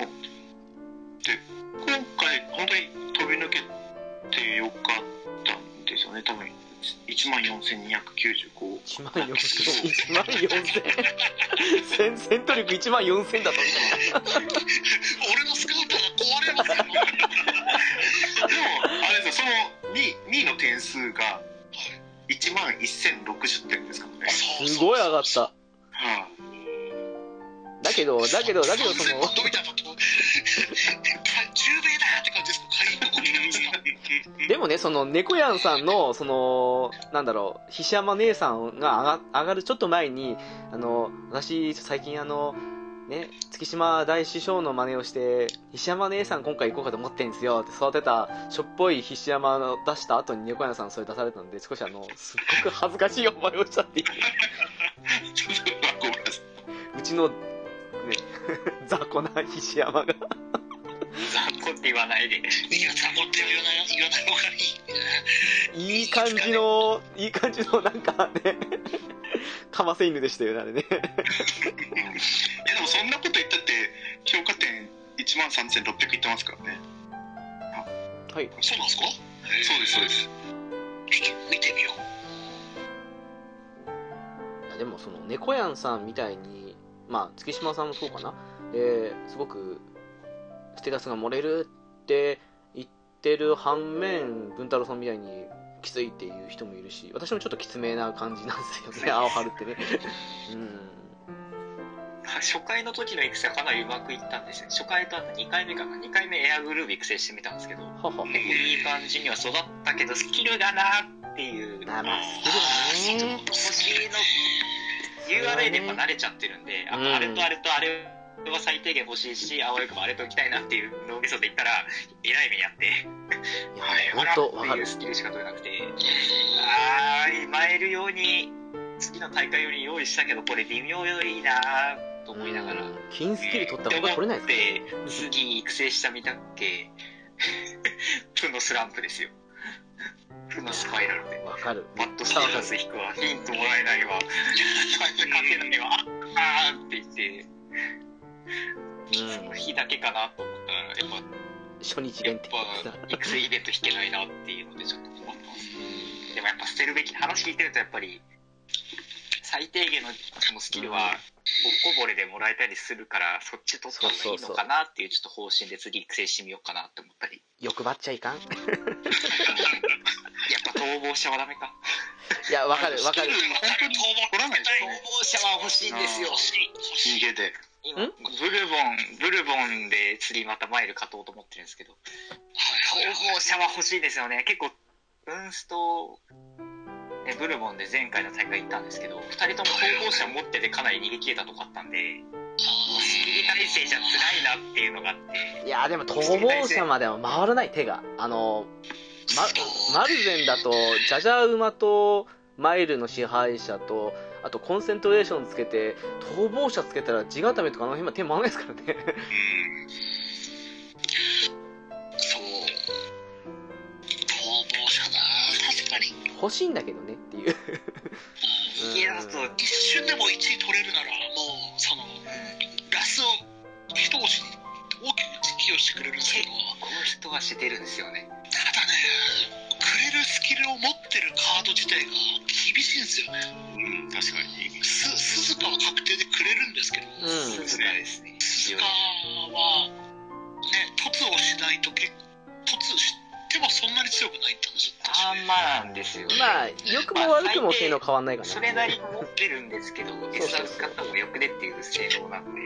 E: 今回本当に飛び抜けてよかったんですよね多分1万4295
C: 1万4000 1万4000戦 戦闘力1万4000だと
D: 俺のスカウター が壊れますよ
E: でもあれですよその 2, 2位の点数が1万1060点ですからね
D: そう
C: すごい上がった
E: は
C: だけどだけどだけどそ
D: 3000
C: の
D: 万伸びたんだって10倍だって感じですか会員のことなんですか
C: でもねその猫やんさんのそのなんだろう菱山姉さんが上が上がるちょっと前にあの私最近あのね月島大師匠の真似をして菱山姉さん今回行こうかと思ってんですよって育てたしょっぽい菱山の出した後に猫やんさんそれ出されたんで少しあのすっごく恥ずかしい思いをしたっていう
E: いちょっとごめんなさいう
C: ちのね 雑魚な菱山が
B: 雑魚って言わないで。
D: いや残っては言わない言わない方がいい
C: いい感じのいい感じのなんかね かませ犬でしたよねあれね
E: いやでもそんなこと言ったって評価点1万3600いってますからね
C: はい
D: そうなんですか
E: そうですそうです
D: ちょっと見てみよう
C: いやでもその猫やんさんみたいにまあ月島さんもそうかなですごくステータスが漏れるって言ってる反面文太郎さんみたいにきついっていう人もいるし私もちょっときつめな感じなんです よね青春ってねうん
B: 初回の時の育成はかなりうまくいったんですよ。初回とあと2回目かな。2回目エアグルーヴ育成してみたんですけど、
C: はは
B: 結構いい感じには育ったけど、スキルがなっていう。
C: まあまあスキルはね
B: 星の URA でやっぱ慣れちゃってるんで、あ
C: うん
B: あれとあれとあれは最低限欲しいし、青い子もあれと置きたいなっていう脳みそで言ったら、えらい目にあって、
C: いや本当わか
B: ってい
C: る
B: うスキルしか取れなくて、あー、今えるように、次の大会より用意したけど、これ微妙よりいいなーと思いながら。
C: うん金スキル取った方が取れないですね
B: で次に育成した見たっけ 負のスランプですよ負のスパイラルで
C: わかる
B: バッドスタートス引くわヒントもらえ ないわ勝てないわあーって言ってその
C: うん
B: 日だけかなと思ったらやっぱ
C: 初日
B: やっ
C: 限定
B: ぱ育成イベント引けないなっていうのでちょっと困ってますでもやっぱ捨てるべき話聞いてるとやっぱり最低限のそのスキルはぼっこぼれでもらえたりするからそっち取った方がいいのかなっていうちょっと方針で次育成してみようかなって思ったり
C: 欲張っちゃいか
B: や
C: ん
B: っぱ逃亡者はダメか
C: いやわかるわかる
E: 本当に取らないです
B: 逃
E: ね
B: 亡者は欲しいんですよ
E: 逃げで
B: 今ブルボンブルボンで次またマイル勝とうと思ってるんですけど逃亡者は欲しいですよね結構ウンストねブルボンで前回の大会行ったんですけど2人とも逃亡者持っててかなり逃げ切れたとこあったんで仕切り体制じゃ辛いなっていうのがあって
C: いやでも逃亡者までは回らない手があの、ま、マルゼンだとジャジャウマとマイルの支配者とあとコンセントレーションつけて逃亡者つけたら地固めとかあの辺まで手回らないですからね
D: そう逃亡者な確かに
C: 欲しいんだけどねっていう
B: 逃げだと
C: うん
D: 一瞬でも1位取れるならもうそのラスを一押しに大きく起用してくれるんですけど
B: この人足出るんですよね
D: ただねくれるスキルを持ってるカード自体が厳しいんですよね
F: うん、確かに。
D: す鈴鹿は確定でくれるんですけど
C: うん
B: 鈴鹿ですね
D: 鈴鹿はね凸をしないと結凸してもそんなに強くないって話だったし
B: あんまなんですよね
C: まあ良くも悪くも性能変わんないかな
B: それなりに持ってるんですけど、
C: そう
B: S 使った方がよくねっていう性能なんで、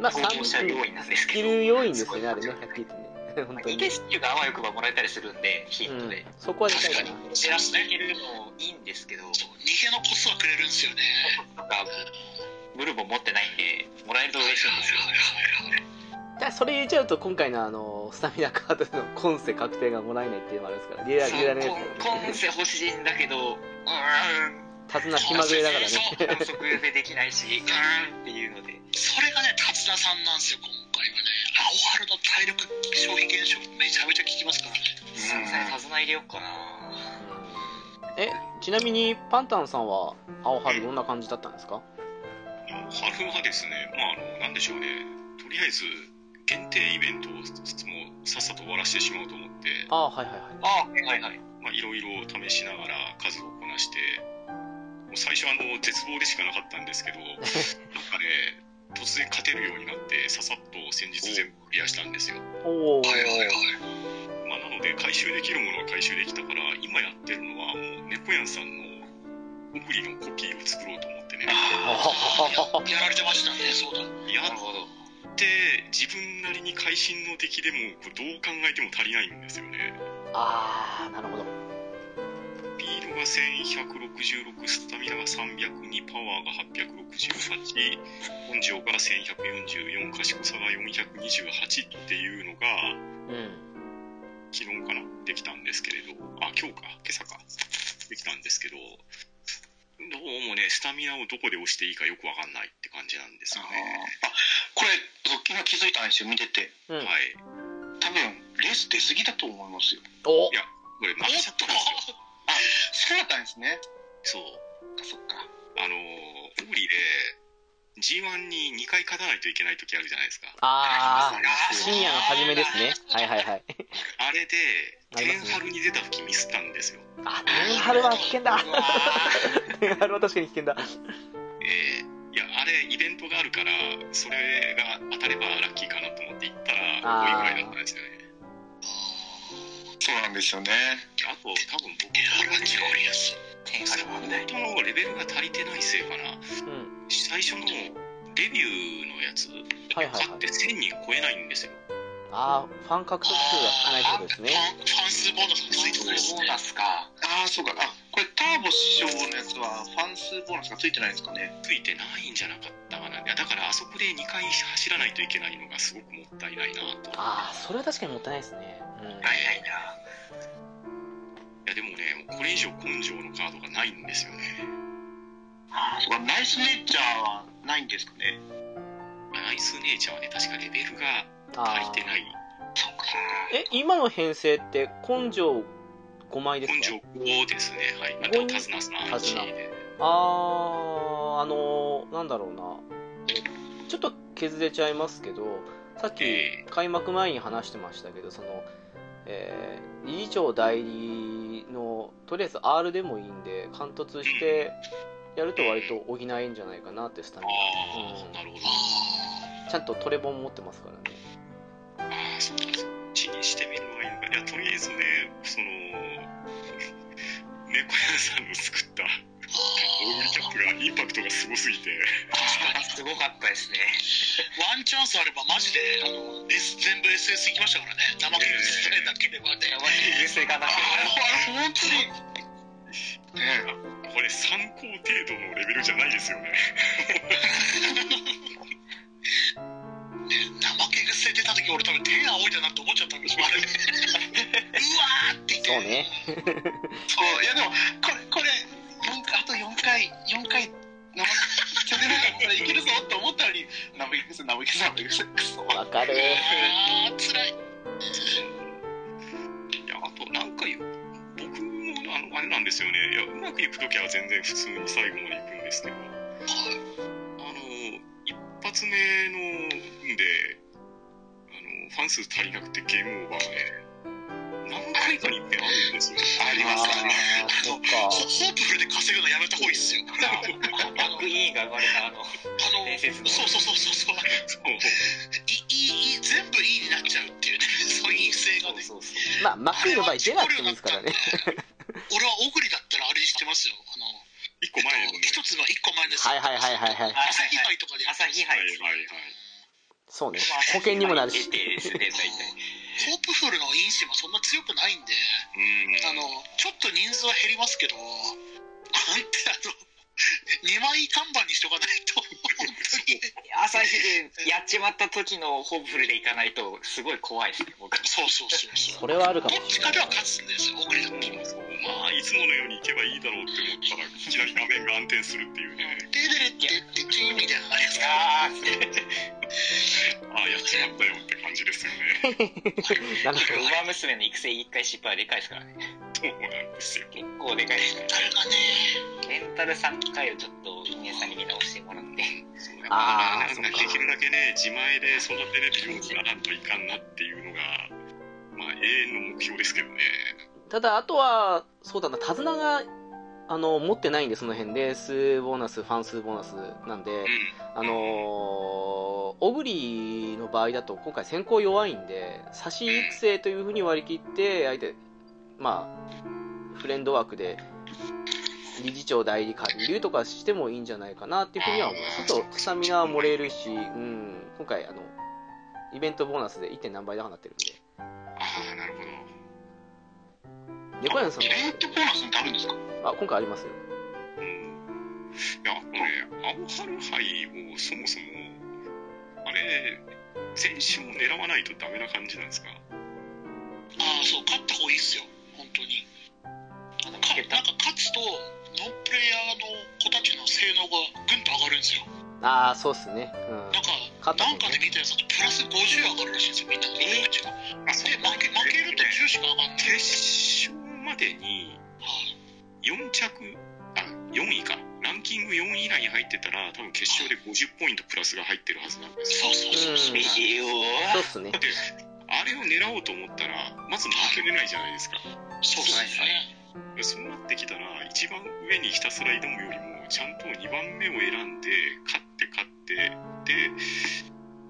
C: まあ
B: 逃亡者
C: 3
B: 要因なんです
C: ス
B: け
C: キ
B: ど、
C: ル要因ですよねあれねはっきり言ってね 本
B: まあ
C: 当
B: 逃
C: に、
B: げスキルがあわよくばもらえたりするんで、ヒント
C: うん
B: で。、
C: そこはでかいか
D: 確
C: な
D: か
B: 知らせてあげるのもいいんですけど、
D: そう逃げのコスはくれるんですよね
B: なんか、ブルボン持ってないんで、もらえると嬉しいんですよ。
C: だからそれ言っちゃうと今回のあのスタミナカードの今世確定がもらえないっていうのもあるんですからリアルリアルなやつ
B: コンコンセ欲しいんだけど、うーん、
C: 手綱気まぐれだからね
D: そう
B: 反則でできないし、うーんっていうので、
D: それがね、達田さんなんですよ、今回はね。青春の体力消費減少、めちゃめちゃ効きますからね。
B: そうですね、手綱入れようかな。
C: えちなみにパンタンさんは青春どんな感じだったんですか
F: 春はですね、まあ、あの、なんでしょうね。とりあえず、限定イベントをもうさっさと終わらせてしまおうと思って、
C: ああーはいはいはい
B: ああ、はいはい。
F: まあ、いろいろ試しながら数をこなして、もう最初はあの絶望でしかなかったんですけど、なんかね、突然勝てるようになって、ささっと先日全部クリアしたんですよ。
C: おお
D: はいはいはい
F: まあ、なので、回収できるものは回収できたから、今やってるのは、もう、猫やんさんのオブリのコピーを作ろうと思ってね。
D: やられてましたねそうだ
F: や
B: なるほど。
F: って、自分なりに会心の出来でも、こうどう考えても足りないんですよね。
C: ああなるほど
F: スピードが1166スタミナが302パワーが868根性が1144賢さが428っていうのが
C: うん
F: 昨日かなできたんですけれどあ今日か今朝かできたんですけどどうもねスタミナをどこで押していいかよくわかんないって感じなんですよ
E: あ
F: ね
E: これ僕昨日気づいたんですよ見てて
C: うん
F: はい
E: 多分レース出過ぎだと思いますよ
C: お
F: いやこれ負けちゃったんですよ
E: そうだったんですね
F: そう
E: そっか
F: あのーオブリで G1 に2回勝たないといけない時あるじゃないですか
C: ああ
E: あ
C: 深夜の初めですねはいはいはい
F: あれで、
C: ありま
F: 天
C: すね
F: 春に出た吹きミスったんですよ。
C: あ天春は危険だ
E: うわー
C: 天春は確かに危険だ
F: えーいや、あれ、イベントがあるから、それが当たればラッキーかなと思って行ったら、5位ぐらいだったんですよね。
E: そうなんですよね
F: あと、多分僕、
D: ジョリアス
B: 天
F: そ
B: 下の
F: の
B: 問題。
F: 本当のレベルが足りてないせいか
C: う
F: な。
C: ん
F: 最初のデビューのやつ、
C: はいはいはい
F: 勝って1000人超えないんですよ。
C: ああファン獲得数が少ないってことですね
D: ファンファン数ボーナスがついてないです
B: ボー
D: ね
B: ナスか。
E: ああそうかあこれターボ師匠のやつはファン数ボーナスがついてないんですかね
F: ついてないんじゃなかったかな。いや、だからあそこで2回走らないといけないのがすごくもったいないなと。
C: ああそれは確かにもったいないですねうん
B: はいはいな。
F: いや、でもね、これ以上根性のカードがないんですよね。
E: ああそうかナイスネイチャーはないんですかね
F: アイスネイチャーはね、確かレベルが足
C: あ
F: りてない。
E: そうか
C: ーえ今の編成って根性5枚ですか
F: 根性をですね、はい。あ
C: う
F: と、
C: ん
F: 手綱さん
C: 手綱
F: で。
C: あーあのー、なんだろうなえちょっと削れちゃいますけどさっき
F: え
C: 開幕前に話してましたけどその、えー理事長代理のとりあえず R でもいいんで貫突してやると割と補えんじゃないかなってスタミナ
F: ああ、
C: うん
F: なるほど。
C: ちゃんとトレボン持ってますからね
F: ああ、そうなんです。気にしてみるのがいいのか。いや、とりあえずね、その、猫屋さんの作った、オイルキャップがインパクトがすごすぎて、
B: 確かにすごかった ですね。
D: ワンチャンスあればマジであの、S、全部 SS 行きましたからね生切りさえなければね、
B: やばい、優勢がなく
D: ああれ本当に
E: ね
F: これ参考程度のレベルじゃないですよね。
D: 怠け癖出た時俺多分手青いだなって思っちゃったんですよあれねうわーって言って
C: そうね
E: そういやでもこれこれ四あと4回4回生去年だったらいけるぞって思ったのに生いくせ生いくせ生いくせくそ
C: わかる
D: あーつらい
F: いや、あと、なんかよ、僕もあの、あれなんですよね。いや、うまくいくときは全然普通に最後までいくんですけど、あの、一発目のんで、あの、ファン数足りなくてゲームオーバーがね、何回かに一遍あるんですよ。
E: あり
C: あ
E: ますあります
C: あそっか
D: ホホープフルで稼ぐのやめた方がいいっすよ
B: て、クイーンが生まれたあの、
D: あの
B: 伝説の
D: そうそうそうそうそう
F: そう。
D: いいいい全部いいになっちゃうっていうねそういう性がね
B: そうそうそう。
C: まあマックイーンの場合出なくてもいいですからね
D: 俺はオグリだったらあれにしてますよあの
F: 一個前の、
D: 一つが一個前です
C: はいはいはいはいはい
D: 朝日杯とかでやってま
B: 朝
D: す
B: 日
F: は
B: 杯
F: いはいはい。
C: そうね保険にもなるし
B: 出てですね、
D: ホープフルの因子もそんな強くないんで
F: う
D: あ
F: ん。
D: のちょっと人数は減りますけどなんてあの2枚看板にしとかないと本当に
B: 大体。 朝日でやっちまった時のホープフルでいかないと、すごい怖いですね、僕。
D: そうそうそうそう
C: それはあるか
D: ど
C: も
D: っち
C: しれ
D: か
C: な
D: で
C: い
D: は勝つんですよオグリだって
F: そうまあ、いつものように行けばいいだろうって思ったら、いきなり画面が暗転するっていうね。
D: デデレってってチーみたいなのありますか
B: ああ、すげえ。
F: ああ、やっちまったよって感感じです よね。
C: なる
B: ウマ娘の育成一回失敗はでかいですからね。
F: そうなんですよ。
B: 結構でかいですから。
D: 誰がね
B: レンタル3回をちょっと人間さんに見直してもらって。
F: そう
C: あー
F: やっぱなんか
C: そっか
F: できるだけね自前で育てれるようにならんといかんなっていうのが、まあ、永遠の目標ですけどね。
C: ただ、あとは、そうだな、手綱が、あの、持ってないんで、その辺で、数ボーナス、ファン数ボーナスなんで、あのー、小栗の場合だと、今回先行弱いんで、差し育成というふうに割り切って、相手、まあ、フレンド枠で、理事長代理借りるとかしてもいいんじゃないかなっていうふうには思います。ちょっと、スタミナは漏れるし、うん、今回、あの、イベントボーナスで 1. 点何倍だかなってるんで。
F: ああなるほど。
C: 猫屋さん
D: イ
C: の
D: ベントボーナスになるんですか
C: あ、今回ありますよ。
F: うんいや、あのね、青春杯をそもそも、あれ、先週も狙わないとダメな感じなんですか
D: ああそう勝った方がいいっすよ本当に
B: あの、
D: か
B: け
D: なんか勝つとノンプレイヤーの子たちの性能がぐんと上がるんですよ
C: ああ、そうっすね。うん。
D: なんか
C: 勝った
D: な
C: 方
D: んかで
C: ね。
D: 見たやつだとプラス50上がるらしいんですよみんなの能力値が
F: あ、そ
D: で負け負けると10しか上がんない
F: 決勝までに4着、あ、4位か。ランキング4位以内に入ってたら、多分決勝で50ポイントプラスが入ってるはずなんですよ。
D: そうそうそうそう
C: うん
B: 右よ
C: そうっすね
F: だ。って、あれを狙おうと思ったら、まず負けれないじゃないですか。
D: そうですね
F: そうなってきたら一番上にひたすら挑むよりもちゃんと2番目を選んで勝って勝ってで、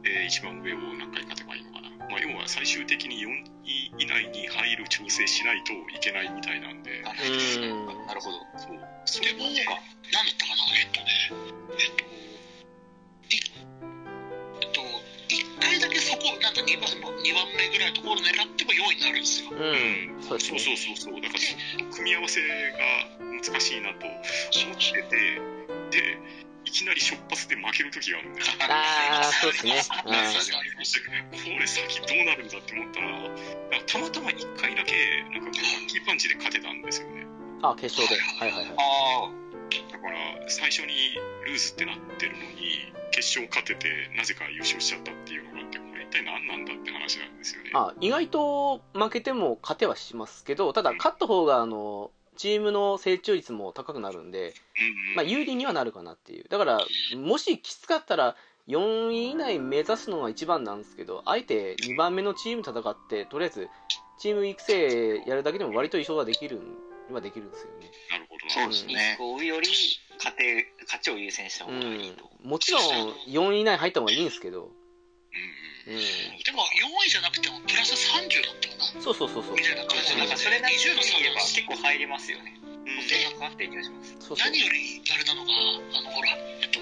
F: えー一番上を何回勝てばいいのかな、まあ、要は最終的に4位以内に入る調整しないといけないみたいなんで
B: な
C: うん
B: なるほど。
F: そう
D: それも何だったかなえっとねえっといえっと1回だけそこなんか2番二番目ぐらいのところを狙っても4位になるんですよ
C: うん。そうっす
F: そう
C: ね。
F: そうそうそうだからその組み合わせが難しいなと思っててでいきなり初発で負ける時があるんですよ
C: ああ、そうっすね。うん。
F: これ先どうなるんだって思ったら、なんかたまたま1回だけ、なんかこうラッキーパンチで勝てたんですよね。
C: あ、決勝で。はいはいはい。
B: あ
F: だから、最初にルーズってなってるのに、決勝勝てて、なぜか優勝しちゃったっていうのがあって、これ一体何なんだって話なんですよね。
C: あ意外と負けても勝てはしますけど、ただ勝った方が、あの、チームの成長率も高くなるんで、
F: うんうん
C: まあ、有利にはなるかなっていう。だから、もしきつかったら、4位以内目指すのが一番なんですけど、あえて2番目のチーム戦って、とりあえず、チーム育成やるだけでも割と一勝はできるん、はできるんですよね。
F: なるほどな。
E: そうです
B: あ、
E: ね
B: 一。個追うより、勝て、勝ちを優先した方
C: う
B: がいい
C: ん
B: と。。
C: もちろん、4位以内入った方がいいんですけど、
F: うん
C: う。
D: でも4位じゃなくてもプラス30だったかなん
C: そうそうそうそう
D: み。たいな感
B: そ
D: じ
B: う
D: な
B: なんんか
D: です
B: そ
D: よ
B: れなりに
D: 20の差
B: 言え
D: なん
B: ば
D: です
B: 結構入りますよね。
F: うん
B: そんな変わってる気がします。
C: そうそう
D: 何。よりあれなのが、あのほら、えっと、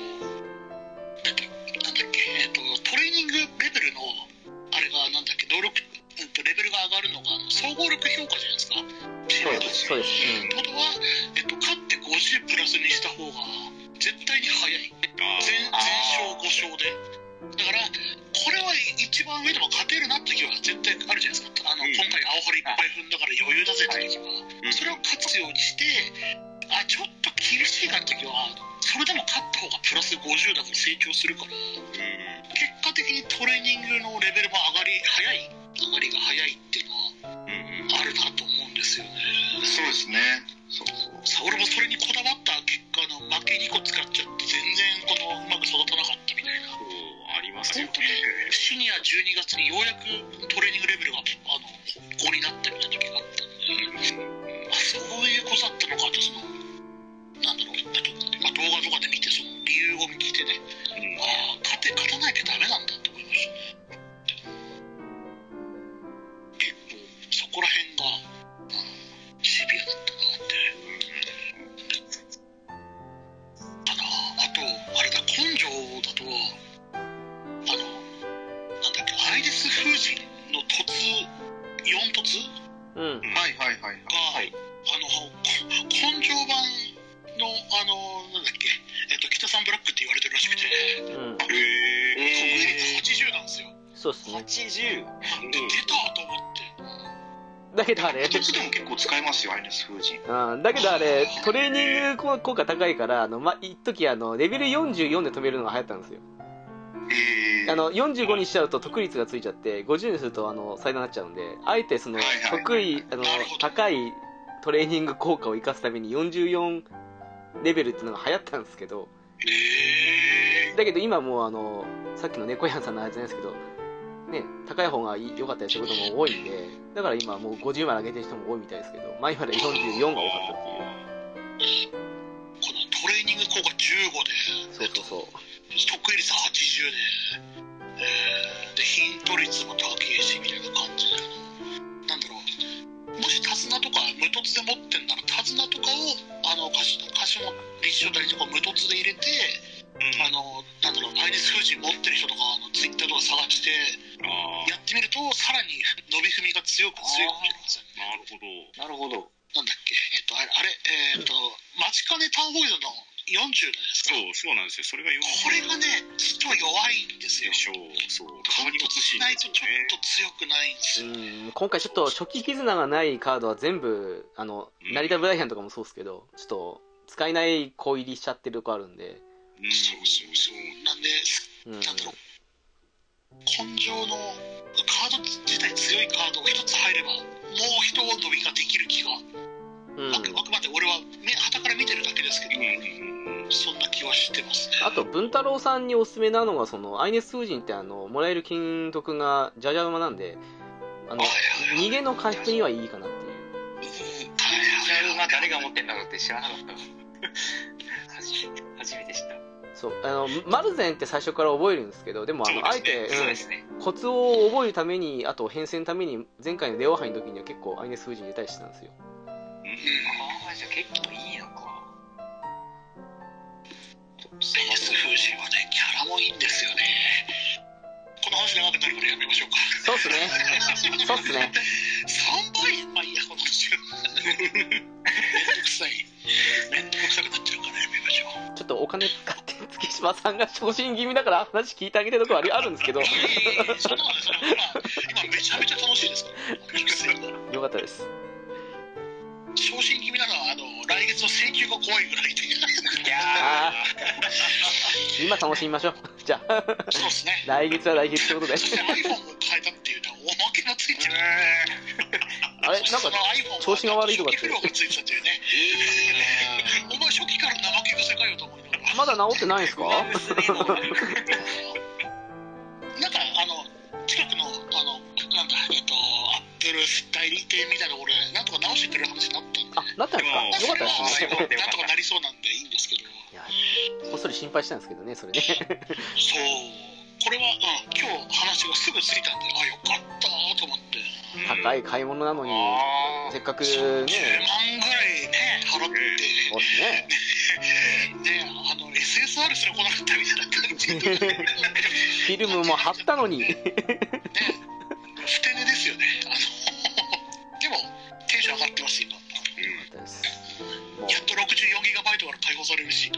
D: えっとなんだっけ、えっと、トレーニングレベルの、あれが、なんだっけ、能力、えっと、レベルが上がるのが、あの総合力評価じゃないですか。
C: そうです。そうです。
D: ってことは、えっと、勝って50プラスにした方が、絶対に早い。
F: あ
D: 全
B: あー
D: 全勝5勝で。だから、これは一番上でも勝てるなって気は絶対あるじゃないですか。あの、
F: うん
D: 今回青春いっぱい踏んだから余裕だぜって気は。
F: うん
D: それを活用して、あ、ちょっと厳しいなって時は、それでも勝った方がプラス50だと成長するから、
F: う
D: 結果的にトレーニングのレベルも上がり、早い、上がりが早いっていうのは
F: んうんうん
D: あるなと思うんですよね。
E: そうですね。そう
D: さ
E: そう。
D: 俺もそれにこだわった結果の負け2個使っちゃって全然このうまく育たなかったみたいな
F: そうあります
D: 本
F: よね
D: 当にシニア12月にようやくトレーニングレベルがあの5になったみたいな時があったんで、あ、そういうことだったのかってそのなんだろう、えっとまあ、動画とかで見てその理由を見てね
F: うん
D: ああ勝て勝たなきゃダメなんだと思いました結構そこら辺が、うん、シビアだったなってかなあとあれだ根性だとあのなんだっけアイリス風神の突4突
C: うん。うん。
E: はいはいはいはい。
D: が、あのこ根性版のあのなんだっけえっと北さんブラックって言われてるらしくて
C: うん。
F: へえ
D: 国
B: え
D: 率80なんですよ
C: そうっす
B: ー、
C: ね。
B: 80?
D: で出たと思って
C: だけどあれ
E: 一、つでも結構使えますよ、アイネス風神。
C: うん、だけどあれ、トレーニング効効果高いから、あの、ま、一時あの、レベル44で止めるのが流行ったんですよ。
D: あ
E: えー、
C: あの45にしちゃうと得率がついちゃって50にするとあの最大になっちゃうんであえてその
E: はいはい
C: 得意あの
D: なるほど
C: 高いトレーニング効果を生かすために44レベルっていうのが流行ったんですけど
D: え
C: だけど今もうあのさっきの猫やんさんのあれじゃないですけどね高い方がいい良かったりすることも多いんでだから今もう50まで上げてる人も多いみたいですけど前まで44が多かったっていう
D: ー、このトレーニング効果15で
C: そうそうそう
D: 得意率80で、えーでヒント率も高いしみたいな感じでなんだろうもし手綱とか無凸で持ってんなら手綱とかをあの貸し貸しも立証代とか無凸で入れて、あのなんだろう毎日数字持ってる人とかあのツイッターとか探して
F: ああ
D: やってみるとさらに伸び踏みが強く強くなるんですよ
F: なるほど
B: なるほど。
D: なんだっけえっとあれあれえーっとマチカネタンホイドの40ですか
F: そうそうなんですよそれが4
D: これがね実は弱いんですよ
F: でしょうそう
D: カウ
F: 顔
D: ン
F: に
D: ト
F: 欲
D: し
F: しいん
D: ない
F: で
D: と
F: す
D: ちょ
F: よね
D: っと強くないんです
C: う
D: よ。
C: ん今回ちょっと初期絆がないカードは全部あの
F: うん
C: 成田ブライアンとかもそうですけどちょっと使えない子入りしちゃってる子あるんで、
F: うん
D: そうそうそう。なんで、
C: うん、
D: なんだろう、根性のカード自体強いカードが一つ入れば、もう一伸びができる気が、
C: うん
D: あくあくまで俺は目旗から見てるだけですけど、
F: うんうんうん
D: そんな気はしてますね。
C: あと文太郎さんにおすすめなのがそのアイネス風神ってあのもらえる金属がじゃじゃ馬なんであの逃げの回復にはいいかなっていう
B: ジャルマ誰が持ってんだろうって知らなかったわ初めて初めて知った。
C: そうあのマルゼンって最初から覚えるんですけどでもあのあ
F: そ
C: え
F: うで
C: て、
F: すね
C: うん
B: そうですね。
C: コツを覚えるためにあと編成のために前回のレオ杯の時には結構アイネス風神入れたりしてたんですよ
B: ああ、じゃあ結構いいのか。ちょっと
D: ベネス風神はね、キャラもいいんですよね。この話長くなるからやめましょうか。
C: そうっすねそうっすね
D: 3倍まあいいや、この話は。めんどくさい。めんどくさくなっちゃうからやめましょう。
C: ちょっとお金使って月島さんが昇進気味だから話聞いてあげてるところありあるんですけど
D: そんなことないそんなことない今
C: よ
D: めちゃめちゃ楽しいですから
C: かったです
D: 昇進気味なのはあの来月の請求が怖いぐらいで
B: いや
C: あー今楽しみましょうじゃあ
D: そうですね
C: 来月は来月ということで
D: そして iPhone を変えたっていうのはおまけがついてる
C: あれなんか調子が悪いとかって
D: 初期不良がついてたというねお前初期から怠け癖かよと思いながら
C: まだ治ってないんですか
D: なんかあの近くのあのなんだえっとアップル代理店みたいなところでなんとか直してくれる話になったんで
C: あなったんですかよかったですね
B: よかった
D: なんとかなりそうなんでいいんですけど
C: いやこっそり心配したんですけどねそれね
D: そうこれは、うん、今日話がすぐ過ぎたんであよかったと思って
C: 高い買い物なのに
B: あ
C: せっかくね
D: 10万ぐらいね払って
C: もしね
D: ねあの SSR すら来なかったみたいな感じ で
C: フィルムも貼ったのに
D: ふて寝ですよねあの でもテンション上がってます今
C: よかったですもう
D: やっと 64GB から解放されるし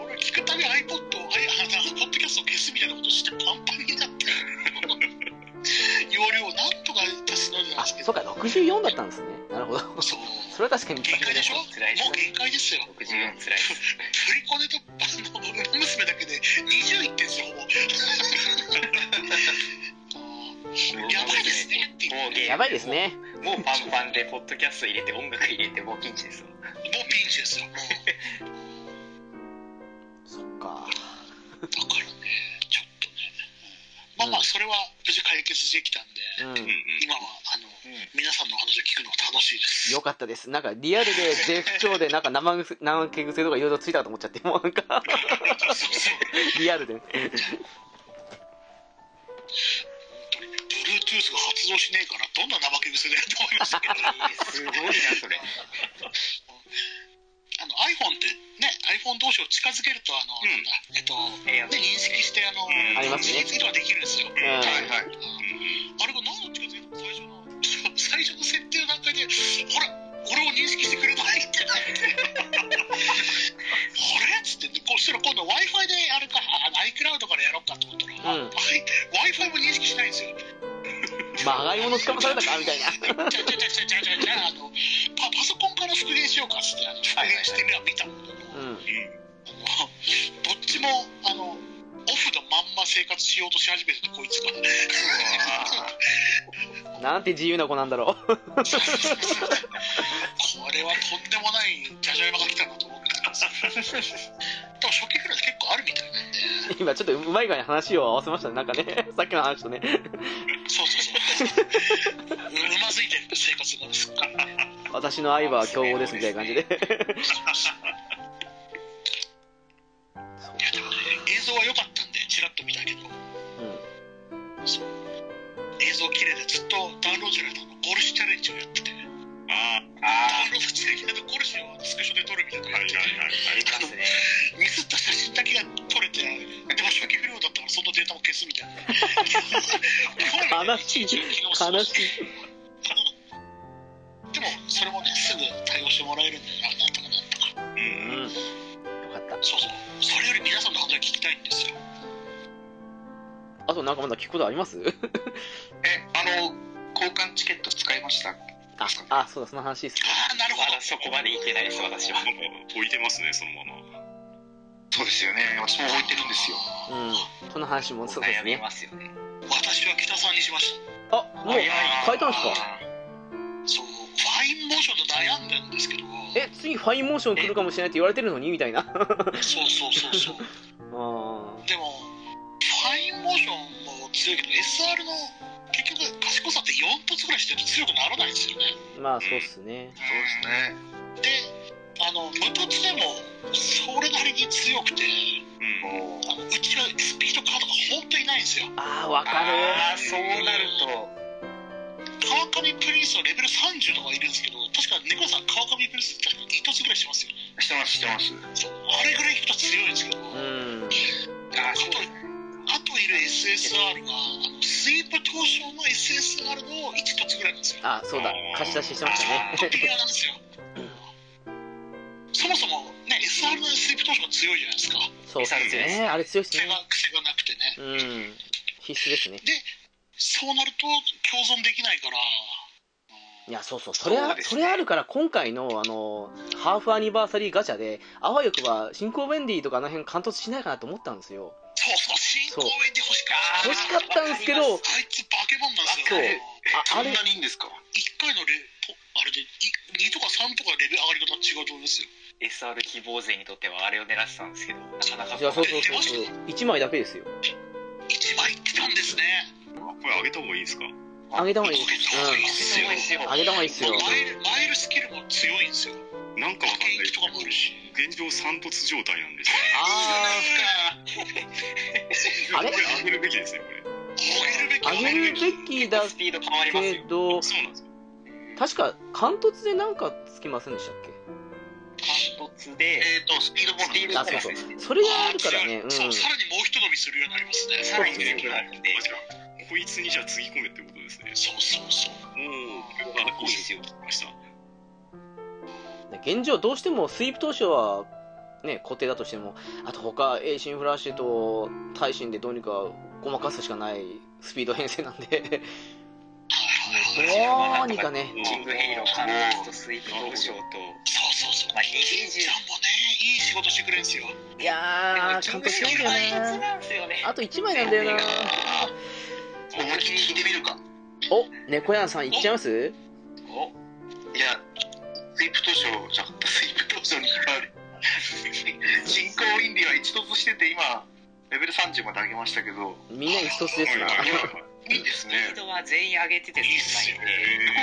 D: 俺聞くたび iPod をあいあなんかポッドキャストを消すみたいなことしてパンパンになって容量をなんとか足しのいでたん
C: あ
D: ですけ
C: そ
D: ど
C: うか64だったんですねなるほど
D: そう
C: それは確かに
D: 限界でしょも
B: 辛いです
D: う限界ですよ
B: ー、六十四辛いです。
D: プリコネとあのウマ娘だけで20いってんですよほぼやばいですねって言
B: も
D: っ
B: うゲーム
C: やばいです。ね
B: もうもうパンパンでポッドキャスト入れて音楽入れてもうピンチですよ。
D: てもうピンチですよもう
C: そっか
D: だからねちょっとねまあまあそれは無事解決できたんで、
C: うん
D: 今はあの皆さんのお話を聞くのが楽しいです
C: よかったです。なんかリアルで絶不調でなんか生癖生毛癖とかいろいろついたかと思っちゃって、もうなんかリアルで、ね。
D: 本当に Bluetooth が発動しねえからどんな怠け癖だよと思いましたけど
B: すごいなそれ。
D: あの iPhone ってね iPhone 同士を近づけるとあの、
F: うん
D: なんだえっと、
B: えー
D: ね、認識してあの、
F: うん
C: ありますね
D: 認識とかできるんですよ、
C: んはい
D: はい、あれが何の近づけたの最初の最初の設定の段階でほら俺を認識してくれないってなって あれっつってこうしたら今度 w i f i であれかあの iCloud からやろうかと思ったら、
C: うん
D: w i f i も認識しないんですよ
C: まがいもの捕まされたかみたいな。
D: じゃあじゃあじゃあじゃあじゃあじゃああのパパソ コンから復元しようかっつってあの復元してみは見たものの、
C: うん。
D: あのどっちちもあのオフのまんま生活しようとし始めててこいつが
C: なんて自由な子なんだろ
D: これはとんでもないじゃじゃ馬が来たなと思ってたんですでも初期フライ結構あるみたいなんで
C: う今ちょっとうまい具合に話を合わせましたねなんかねさっきの話とね
D: そうそうそう ううまずいてる生活がですから
C: 私の愛は強豪ですみたいな感じでそう
D: いやでもね映像は良かったんでチラッと見たけど
C: う
D: そう映像綺麗でずっとダウンロードじゃないとゴルシュチャレンジをやってて
F: あ
D: ダウンロードしないとゴルシュをスクショで撮るみたいなの
F: あ、は
D: やっ
F: いはい
D: てて
F: は
B: あ
F: い。
B: りますね。
D: ミスった写真だけが撮れてでも初期不良だったからそのデータも消すみたい
C: ん
D: な
C: 悲しい悲しい
D: でもそれもねすぐ対応してもらえるんであなんとかなったか
F: う
C: う
F: ん。
C: んよかった
D: そうそうそれより皆さんの話聞きたいんですよ
C: あとなんかまだ聞くことあります
E: え、あの、交換チケット使いました
C: ああそうだその話ですね
D: ああなるほ
B: ま
D: ど
B: だそこまでいけないです、私は。
F: なんか置いてますね、そのまま。
E: そうですよね。私も置いてるんですよ。
C: うんその話もそうです
B: 悩み
C: ね
B: ますよね。
D: 私は北さんにしました
C: あもう
B: 早い
C: 変えたんすか
D: そうファインモーションと悩んでんですけど
C: え次ファインモーション来るかもしれないって言われてるのにみたいな あ
D: そうそうそうそう
C: あ
D: でもファインモーションも強いけど SR の結局賢さって4発ぐらいしてると強くならないですよね
C: まあそうっすね
E: そうですね。
D: であの無凸でもそれなりに強くて
F: うん。
E: もう、
D: あのうちはスピードカードが本当にないんですよ
C: ああわかる
B: ああ、そうなると。
D: 川上プリンスはレベル30とかいるんですけど確か猫さん川上プリンス確か1つぐらいしてますよね
E: してます、してます。
D: そうあれぐらいいくと強いんですけど、
C: うん
E: あ
D: あとあといる SSR があのスイープ投手の SSR の1凸ぐらいなんですよ
C: あそうだ貸し出ししてまし
D: ちょっと
C: た
D: 微
C: ね
D: 妙なんですよそもそもね SR のスイープ投手が強いじゃないですか
C: そうっすねあれ強いっす
D: 癖
C: ね
D: が癖がなくてね
C: うん必須ですね
D: そうなると共存できないから
C: いやそうそうそれ
E: そ
C: は
E: うですね
C: それあるから今回のあのハーフアニバーサリーガチャであわよくば新興ベンディとかあの辺貫突しないかなと思ったんですよ
D: そうそう新公園で欲しかった
C: 欲しかったんですけど
D: あいつバケモンなんです
C: そ
D: よ
C: うあ
E: そ
C: あ
E: ん
C: れ
E: なにいいんですか
D: 1回のレポあれで2とか3とかレベル上がり方違うと思いますよ
B: SR 希望勢にとってはあれを狙ってたんですけど、なかなか
C: いやそうそうそうそう1枚だけですよ
D: 1枚来たんですね
F: これ上げた方がいいですか
C: あげた方がいいです
D: です
B: そうですよ
C: うんあげた方がいいですよ
D: マイルマイルスキルも強いんですよ
F: なんかわかんない
D: 現
F: です
D: 役とかもあるし
F: 現状三突状態なんです
C: ああ
F: よ。
C: れ
F: これ上げるべきですね、これ。
C: ああげるべきだ
B: スピード変わります
C: け
B: よ。
C: ど
F: そうなんですよ。
C: 確か貫突でなんかつきませんでしたっけ
B: 貫突で、
E: えっと、スピードボ
B: スピー
E: ー
B: ド
C: あ
B: ボ
C: そう
B: ー
C: そ
B: ナ
C: う
B: スですね。
C: それがあるからねうん
D: そうさらにもう一伸びするようになりますね
B: さらに
C: そうです
B: 強くな
C: ね
B: るんで、
F: あじゃあこいつにじゃあつぎ込めってことですね。
D: そうそうそう
F: もう、こ
B: か
F: れは
B: っこいいですよ。
F: ました。
C: 現状どうしてもスイープ投手はね固定だとしてもあと他エイシンフラッシュと耐震でどうにかごまかすしかないスピード編成なんでどうにかね
B: キングヘイロー、カンナスト、スイープ投手と、
D: そうそうそう
B: まあ
D: キンちゃんもねいい仕事してくれるんですよ
C: いやー
B: キン
C: 貫
B: グ
C: 突
B: ヘ
C: しないん
B: イ
C: だ
B: ロー
C: よ
B: は
C: ね
B: なんですよね。
C: あと1枚なんだよな
E: 思いっきり聞いてみるか。
C: お猫やんさんいっちゃいます
B: お
E: いや、スイープ当初、じゃあスイープ当初に変わる。進行インディは一突してて、今、レベル30まで上げましたけど、
C: みんな一つですな
E: ないいですね。
B: スピードは全員上げてて、少ないん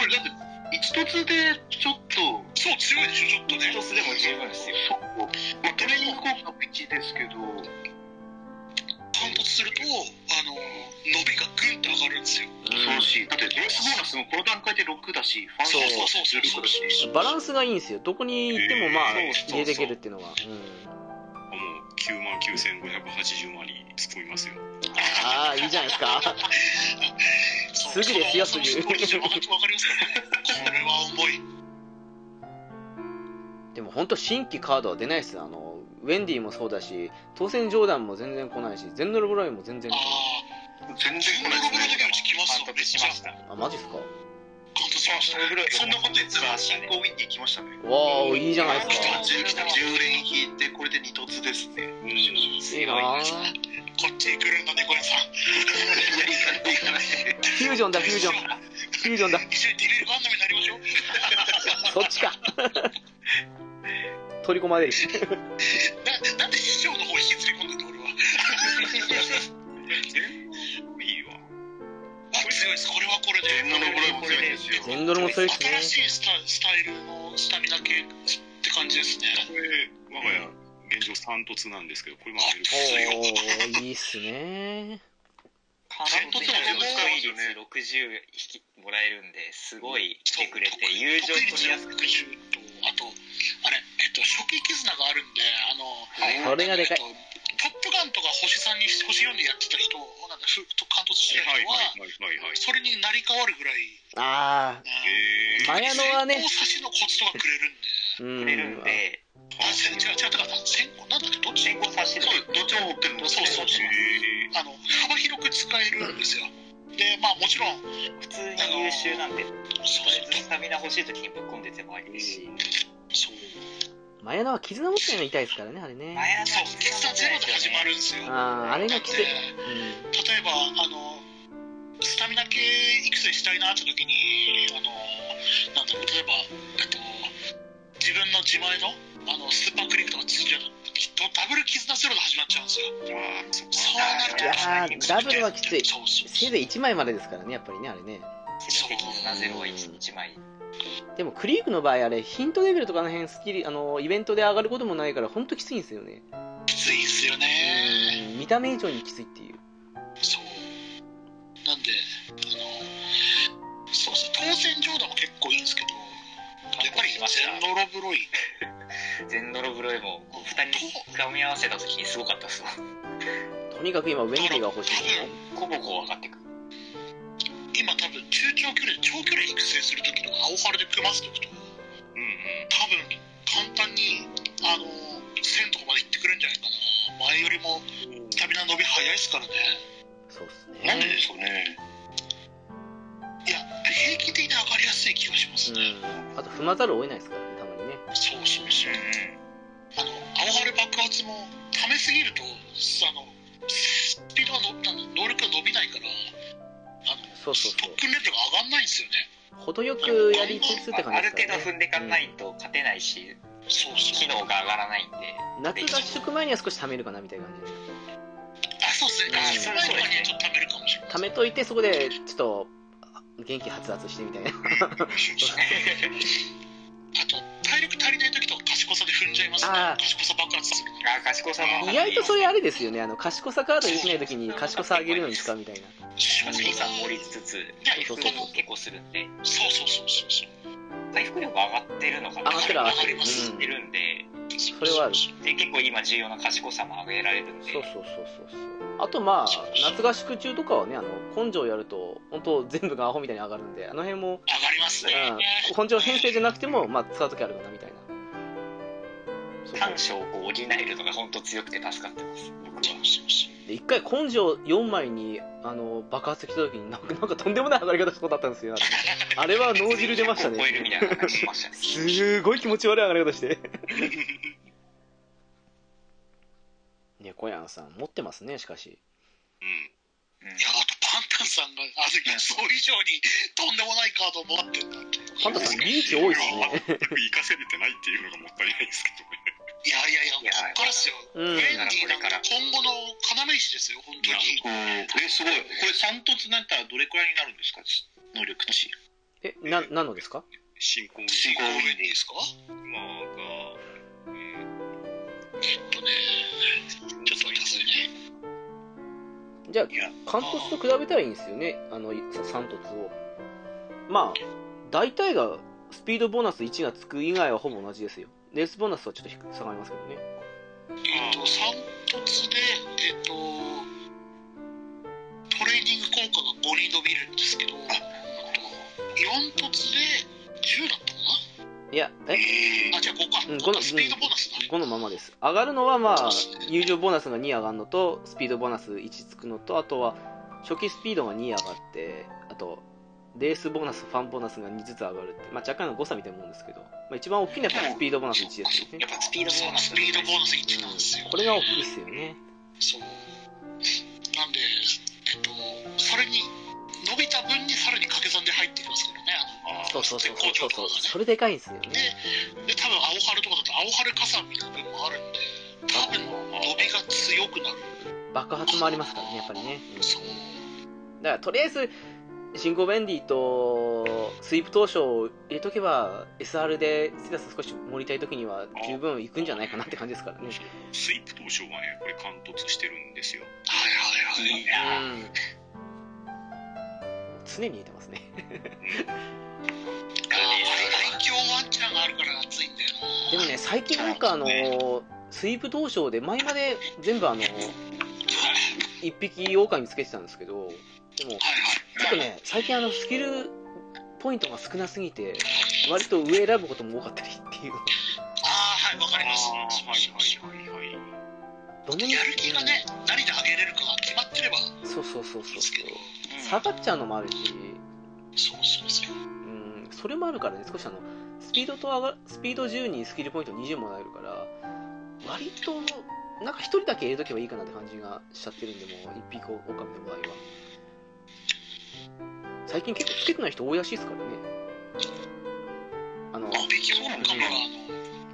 B: で、
E: これだって、一突でちょっと、
D: そう強いでしょちょっとね
B: 一つでも十分ですよ。
E: そう、まあ、トレーニング効果ピッチですけど、
D: 反発するとあの伸びがグンって上がるんですよ
E: 恐ろしい。だって、レースボーナスもこの段階で6だし、ファン
C: そう
E: ボーナスも16だし、
C: うんバランスがいいんですよどこに行ってもまあ
F: えーそうそうそう
C: 入れていけるっていうのがうん
F: もう9万9580万に突っ込みますよ。
C: ああいいじゃないですかすぐですよすぐ
D: わかりますからねこれは重い
C: でも本当新規カードは出ないっすあのウェンディもそうだし当選ジョーダンも全然来ないしゼンノルブライも全然来
D: あ
C: ない
D: あ
E: 全然
D: 15
E: 来
D: 分
E: ない
D: だけ
E: ですね。
D: うち来ます
B: 貫
D: よめ
B: 突
D: っ
B: し
D: ちゃ
B: ました。
C: あマジっすか
D: 貫突しました
E: そんなこと言ってたら進行ウィンに行きましたね。
C: わあいいじゃないです
E: 来
C: か
E: た10、来た10連引いて、これで2突ですね。うん。い
C: い
E: や、
C: いなあ
D: こっちに来るんだ猫屋さん
E: 行かない、行かない。
C: フュージョンだフュージョンフュージョンだ
D: 一緒にディレイバンドになりましょう
C: そっち か取り込まれる
D: ななんで師匠の方引きずり込んでんの俺は
F: 多いわ。
D: あ強いですこれはこれで
E: これはこれで
D: ですよ
C: ジェンドルも強いっすね
D: 新しいスタスタイルのスタミナ系って感じですね
F: これ、我が家、現状3凸なんですけど、これも上げ
C: お
F: る。
C: おいいっすね
B: 単独
E: 突
B: の
E: も
B: 得意率60引きもらえるんですごい来てくれて
D: そう
B: 友情取りやすく
D: 得意率60とあとあれえっと初期絆があるんで
C: い
D: あの、
C: それがでかい
D: えっとトップガンとか星3に星4でやってた人をなんかふと関東してた
F: はい
D: 人は、
F: はいはいはいはい。
D: それに成り変わるぐらい
C: あ
F: えー
C: あ、綾野はね
D: 先行差しのコツとかくれるんで
B: れるん
C: うん
B: で
D: あ違う違う違うだから先行なんだっけどっち
B: 先行させて
D: そう
E: どっちも持ってるの
D: そうそうそう
F: え
D: あの幅広く使えるんですよでまあもちろん
B: 普通に優秀なんでと
D: そう
B: りあえずスタミナ欲しい時にぶっ込んでてもありですし
D: そう
C: マヤナは絆持ってるの痛いですからねあれね
B: 悩ん
D: そう喫茶ゼロで始まるんですよ
C: ああ
D: なん
C: あれが
D: で
C: きつい、う
D: 例えばあのスタミナ系育成したいなって時にあのなんだろう例えばえっと自分の自前のあのスーパークリックとか作っちゃうときっとダブル絆ゼロで始まっちゃうんですよ
F: ー、あーそっか。
D: そうなる
C: ん、い
D: と
C: やーダブルはきつい
D: そうそう
C: せいぜい1枚までですからねやっぱりねあれね
B: せめて絆ゼロを一枚
C: でもクリークの場合あれヒントレベルとかの辺スキルあのイベントで上がることもないから本当きついんですよね
D: きついんすよね
C: うん見た目以上にきついっていう
D: そうなんであのそうですね当選上打も結構いいんですけどやっぱり全ノロブロイ
B: 全ノロブロイも2人がみ合わせた時にすごかったっすわ
C: とにかく今ウェンディが欲しいですね
B: コボコ上がってくる
D: 今多分中長距離長距離育成する時の青春で組ませておくと
F: うんうん。
D: 多分簡単にあの1000とかまで行ってくるんじゃないかな前よりもスタミナ伸び早いですからね
C: そうっす
E: なんでで
C: ね
E: しょうね。
D: いや平均的に上がりやすい気がしますね、
C: うんあと踏まざるを得ないですからねたまにね
D: そうそうそうあの青春爆発もためすぎるとあのスピードがのあの能力が伸びないからあの
C: そうそうそう
D: 特訓レベルが上がんないんですよね
C: 程よくやりつつって感
B: あ
C: じ
B: る
C: です
B: 程
C: か
B: 度
C: ら、ね、
B: 踏んでいかないと勝てないし
D: そうそ
B: 機
D: う
B: 能が上がらないんで
C: うん夏合宿前には少し貯めるかなみたいな感じで
D: あそうですね
C: うん
D: その前とかにちょっと貯めるかもしれない
C: 貯めといてそこでちょっとあ元気はつらつしてみたいな
D: あと体力足りない時とか賢さで踏んじゃいますね
C: あー
D: 賢さ爆発させる
B: あ賢さも
C: 意外とそれあれですよねあの賢さカード入れてない時に賢さ上げるのに使うみたいな
D: そう
B: 賢さも盛りつつ回復も結構するんで
D: そうそうそうそうそう
B: 回復力上がってるのかな
C: 上がってる上がってる
B: 上がってるんで
D: そ
C: れはある
B: で結構今重要な賢さも上げられるんで
C: そうそうそうそうそうあとまあ夏合宿中とかはねあの根性やると本当全部がアホみたいに上がるんであの辺も、
D: 上がりますね
C: うん、根性編成じゃなくても、まあ、使う時あるかなみたいなそうそ う
B: 短所をこう補えるのが本当強くて助かってます僕は
D: そうそう
C: で一回根性4枚にあの爆発してきた時になんかなんかとんでもない上がり方したことあったんです よねあれは脳汁出ましたね
B: 100を超えるみたいな感じしま したね
C: すごい気持ち悪い上がり方して 猫やんさん持ってますねしかし
F: うん。
D: いやあとパンタンさんがあの予想以上にとんでもないカードを持ってんだって
C: パンダさんリーチ多いですね
F: 全く活かせれてないっていうのがもったいないですけどね。
D: いやいやいや
B: いや
D: こっからですよ
C: うん
D: ウェンディなんか今後の要石ですよ本当に
E: うんえ、すごい。これ三突になったらどれくらいになるんですか能力値。
C: えな何のですか
F: 進行
E: 進行
D: ウェンディですかち
F: 今が、え
D: ょっとねちょっと待ってくださいね
C: じゃあ
E: いや
C: 関突と比べたらいいんですよねあのさ三突をまあ大体がスピードボーナス1がつく以外はほぼ同じですよレースボーナスはちょっと低く下がりますけどね
D: えっと三突でえっとトレーニング効果が5に伸びるんですけど4突で10だったか
C: いやえ
D: なあじゃあ5か
C: うん
D: 五かスピードボーナスだ
C: 5のままです上がるのはまあ入場ボーナスが2上がるのとスピードボーナス1つくのとあとは初期スピードが2上がってあとレースボーナス、ファンボーナスが2ずつ上がるって、まあ、若干の誤差みたいなもんですけど、まあ、一番大きいのはやっぱスピードボーナス1ですよね
B: やっ。ぱスピードボーナス
D: スピードボーナス1なんですよ
C: うんこれが大きいですよね。
D: そうなんでえっとそれに伸びた分にさらに掛け算で入ってきますけどねあの
C: そうそうそうそうそうそう。それ
D: れ
C: でかいんですよね。
D: で多分青春とかだと青春加算みたいな分もあるんで多分伸びが強くなる
C: 爆発もありますからね、やっぱりね。うん
D: そう
C: だからとりあえずシンゴベンディとスイープ当初を入れとけば SR でステータス少し盛りたい時には十分いくんじゃないかなって感じですからね
F: スイープ当初はね、これ貫突してるんですよ。
D: はいはいはい
C: うん常に入れてますね
D: ああれ愛嬌ワンちゃんがあるから熱いんだよ
C: でもね最近なんかあのスイープ当初で前まで全部あの一匹狼につけてたんですけどでも
D: はいはい
C: ちょっとね、最近あのスキルポイントが少なすぎて、割と上選ぶことも多かったりっていう、
D: ああはいわかります
F: あーはいはいはいはい。
C: どんなに
D: やる気がね、何で上げれるかが決まってれば
C: そうそうそうそう
D: です
C: そ
D: け
C: う
D: ど、、
C: 下がっちゃうのもあるし、
D: そうそうそう
C: うん、それもあるからね、少しあのスピードと上がスピード10にスキルポイント20もらえるから、割と、なんか1人だけ入れとけばいいかなって感じがしちゃってるんで、もう一匹狼の場合は。最近結構つけてない人多いらしいですからね。あの、
D: 伸びきものかもあの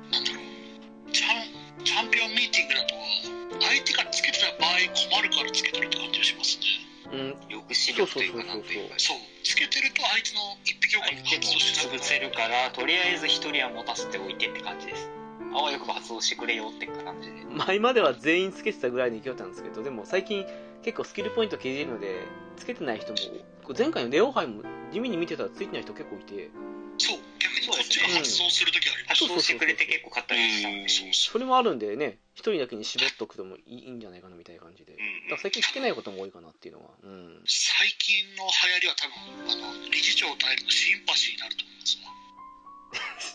D: なんだろうチャンチャンピオンミーティングだと相手がつけてた場合困るからつけてるって感じがしますね
C: うん、
B: 抑止力というかなんというか
D: そうつけてるとあいつの一匹狼が
B: 相手も
D: 発動し
B: 潰
D: なくな
B: せるからとりあえず一人は持たせておいてって感じですあわよくば発動してくれよって感じで
C: 前までは全員つけてたぐらいの勢いだったんですけどでも最近結構スキルポイント消えるのでつけてない人もこう前回のネオ杯も地味に見てたらついてない人結構いて
D: そう逆にこっちが発動する時ありま
B: 発
D: す
B: 動してくれて結構勝ったりしたんで
D: そうそ
C: それもあるんでね一人だけに絞っとくともいいいいんじゃないかなみたいな感じでだ
F: う
C: から
F: ん
C: 最近つけないことも多いかなっていうのはうん
D: う最近の流行りは多分あの理事長代理のシンパシーになると思いますわ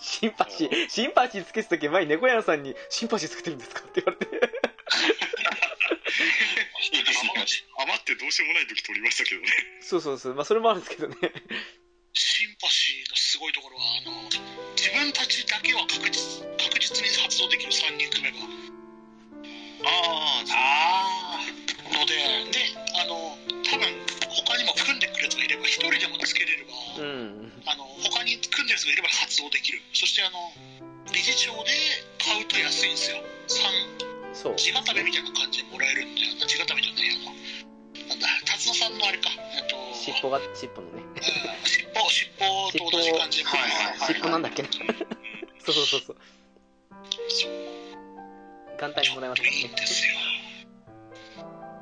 C: シンパシーシンパシーつけてた時前に猫屋さんに「シンパシーつけてるんですか?」って言われて
F: 余ってどうしようもない時取りましたけどね。
C: そうそうそうまあそれもあるんですけどね
D: シンパシーのすごいところはあの自分たちだけは確実確実に発動できる3人組めば
F: あ
D: あのでであの多分他にも組んでくるやつがいれば1人でもつけれれ
C: う
D: ば、
C: ん
D: あの他に組んでるやつがいれば発動できるそしてあの理事長で買うと安いんですよ3
C: そう
D: 地固めみたいな感じでもらえるんであ地固めじゃないあのなんだ辰野さんのあれかえっと
C: 尻尾が尻尾のね
D: うん尻尾尻尾と同じ感じで
B: 尾はい
C: 尻尾なんだっけな そうそうそうそう
D: そう
C: 元旦にもらいますから
D: いいん
C: ね
D: ですよ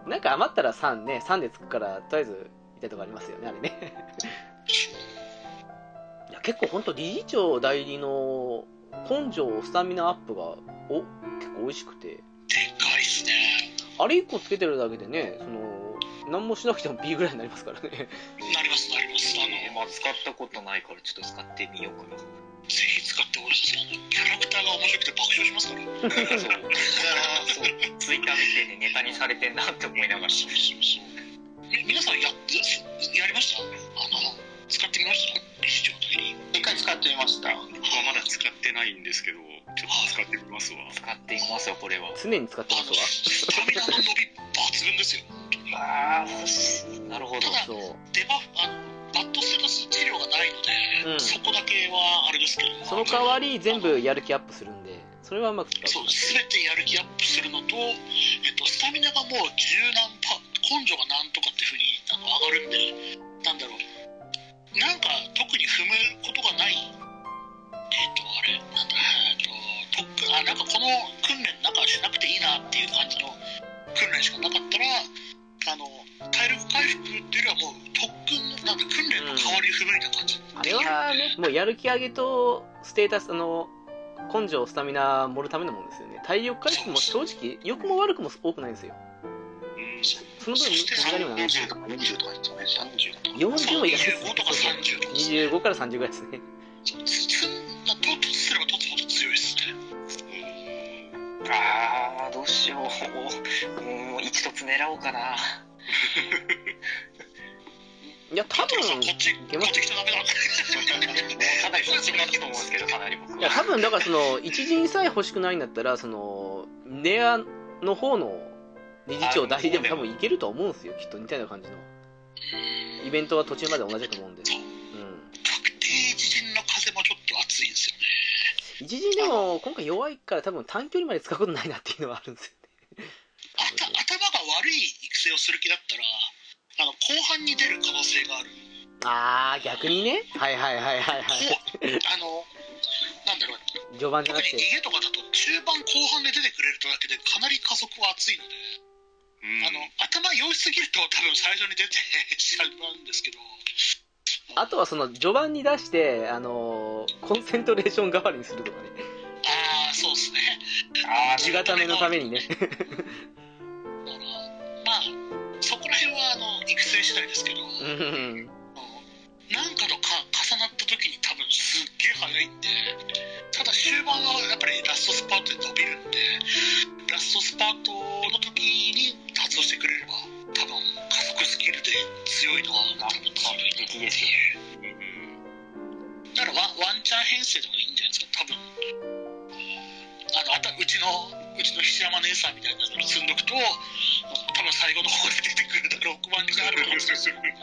C: なんか余ったら3ね、3でつくから、とりあえず、みたいなとこありますよね、あれね。 いや、結構本当理事長代理の根性、スタミナアップが、お、結構美味しくて、
D: でかいっすね
C: あれ1個つけてるだけでね、その、何もしなくても B ぐらいになりますからね。
D: なりますなりますあの
B: まあ使ったことないからちょっと使ってみようかな
D: ぜひ使ってほしいですあのキャラクターが面白くて爆笑しますから
B: そうそうツイッター見ててネタにされてんなって思いながら
D: そうそうそうみ皆さんややりましたあの使ってみました理事長代理
E: 一回使ってみました
F: あ、僕はまだ使ってないんですけど、ちょっと使ってみますわ。
B: 使ってみますよこれは
C: 常に使って
D: あ
C: ます
D: の
C: わ。
D: スタミナの伸び抜群ですよ
B: ああなるほど
C: そう。
D: デバフあのバッドステータス治療がないの
C: う
D: で、
C: ん
D: そこだけはあれですけど
C: その代わり、全部やる気アップするんで、それはうまく使う。
D: そう全てやる気アップするのと、えっと、スタミナがもう柔軟パ根性がなんとかっていうふうにあの上がるんでなんだろうなんか特に踏むことがないえっとあれなんだえっと特あなんかこの訓練なんかしなくていいなっていう感じの訓練しかなかったらあの体力回復っていうよりはもう特訓なんだ訓練の代わりに踏むみたいな感じ、
C: あれはね、もうやる気上げと、ステータス、あの、根性、スタミナ盛るためのもんですよね。体力回復も正直、良くも悪くも多くないんですよ。
F: うん、
C: その分、流れもない
E: 40とか40とかですよね30とか
C: 40はいらない
D: 25とか
C: です
D: 30とか
C: ね。25から30ぐらいですね。
D: そうつな突すれば突すほど強いですね
B: ああどうしようもう一突狙おうかな
C: いや、多
D: だってさ
C: 分、
D: こっち
C: いけます
D: こっち来ちゃダメだ
B: かなりそっちに行くと思うんですけど、かなり僕は。
C: いや、多分、だからその、一人さえ欲しくないんだったら、その、ネアの方の理事長代理でも多分いけると思うんですよ、きっと似たような感じの。イベントは途中まで同じだと思うんで。うん。
D: 確定自陣の風もちょっと熱いんですよね
C: 一人でも、今回弱いから多分短距離まで使うことないなっていうのはあるんですよね。
D: あた頭が悪い育成をする気だったらあの後半に出る可能性がある
C: あー、逆にね。はいはいはい はいは
D: あのなんだろう
C: い。序盤じゃ
D: 特
C: なく
D: に逃
C: て。
D: げとかだと中盤後半で出てくれるとだけでかなり加速は熱いので、
F: うん
D: あの頭用意しすぎると多分最初に出てしまうんですけど
C: あとはその、序盤に出して、あのーコンセントレーション代わりにするとかね。
D: ああそうですね
B: あー
C: 地固めのためにね。
D: だからまあそこら辺はあの育成次第ですけど、
C: う
D: あの
C: ん。
D: なんかとか重なった時に多分すっげえ速いんでただ終盤はやっぱりラストスパートで伸びるんでラストスパートの時に発動してくれれば多分加速スキルで強いのは多分強いなっていうだからワンワンチャン編成でもいいんじゃないですか多分あのあたうちのうちの菱山姉さんみたいなのを積んどくと多分最後の方で出てくるだ ろう6万になるかもしれない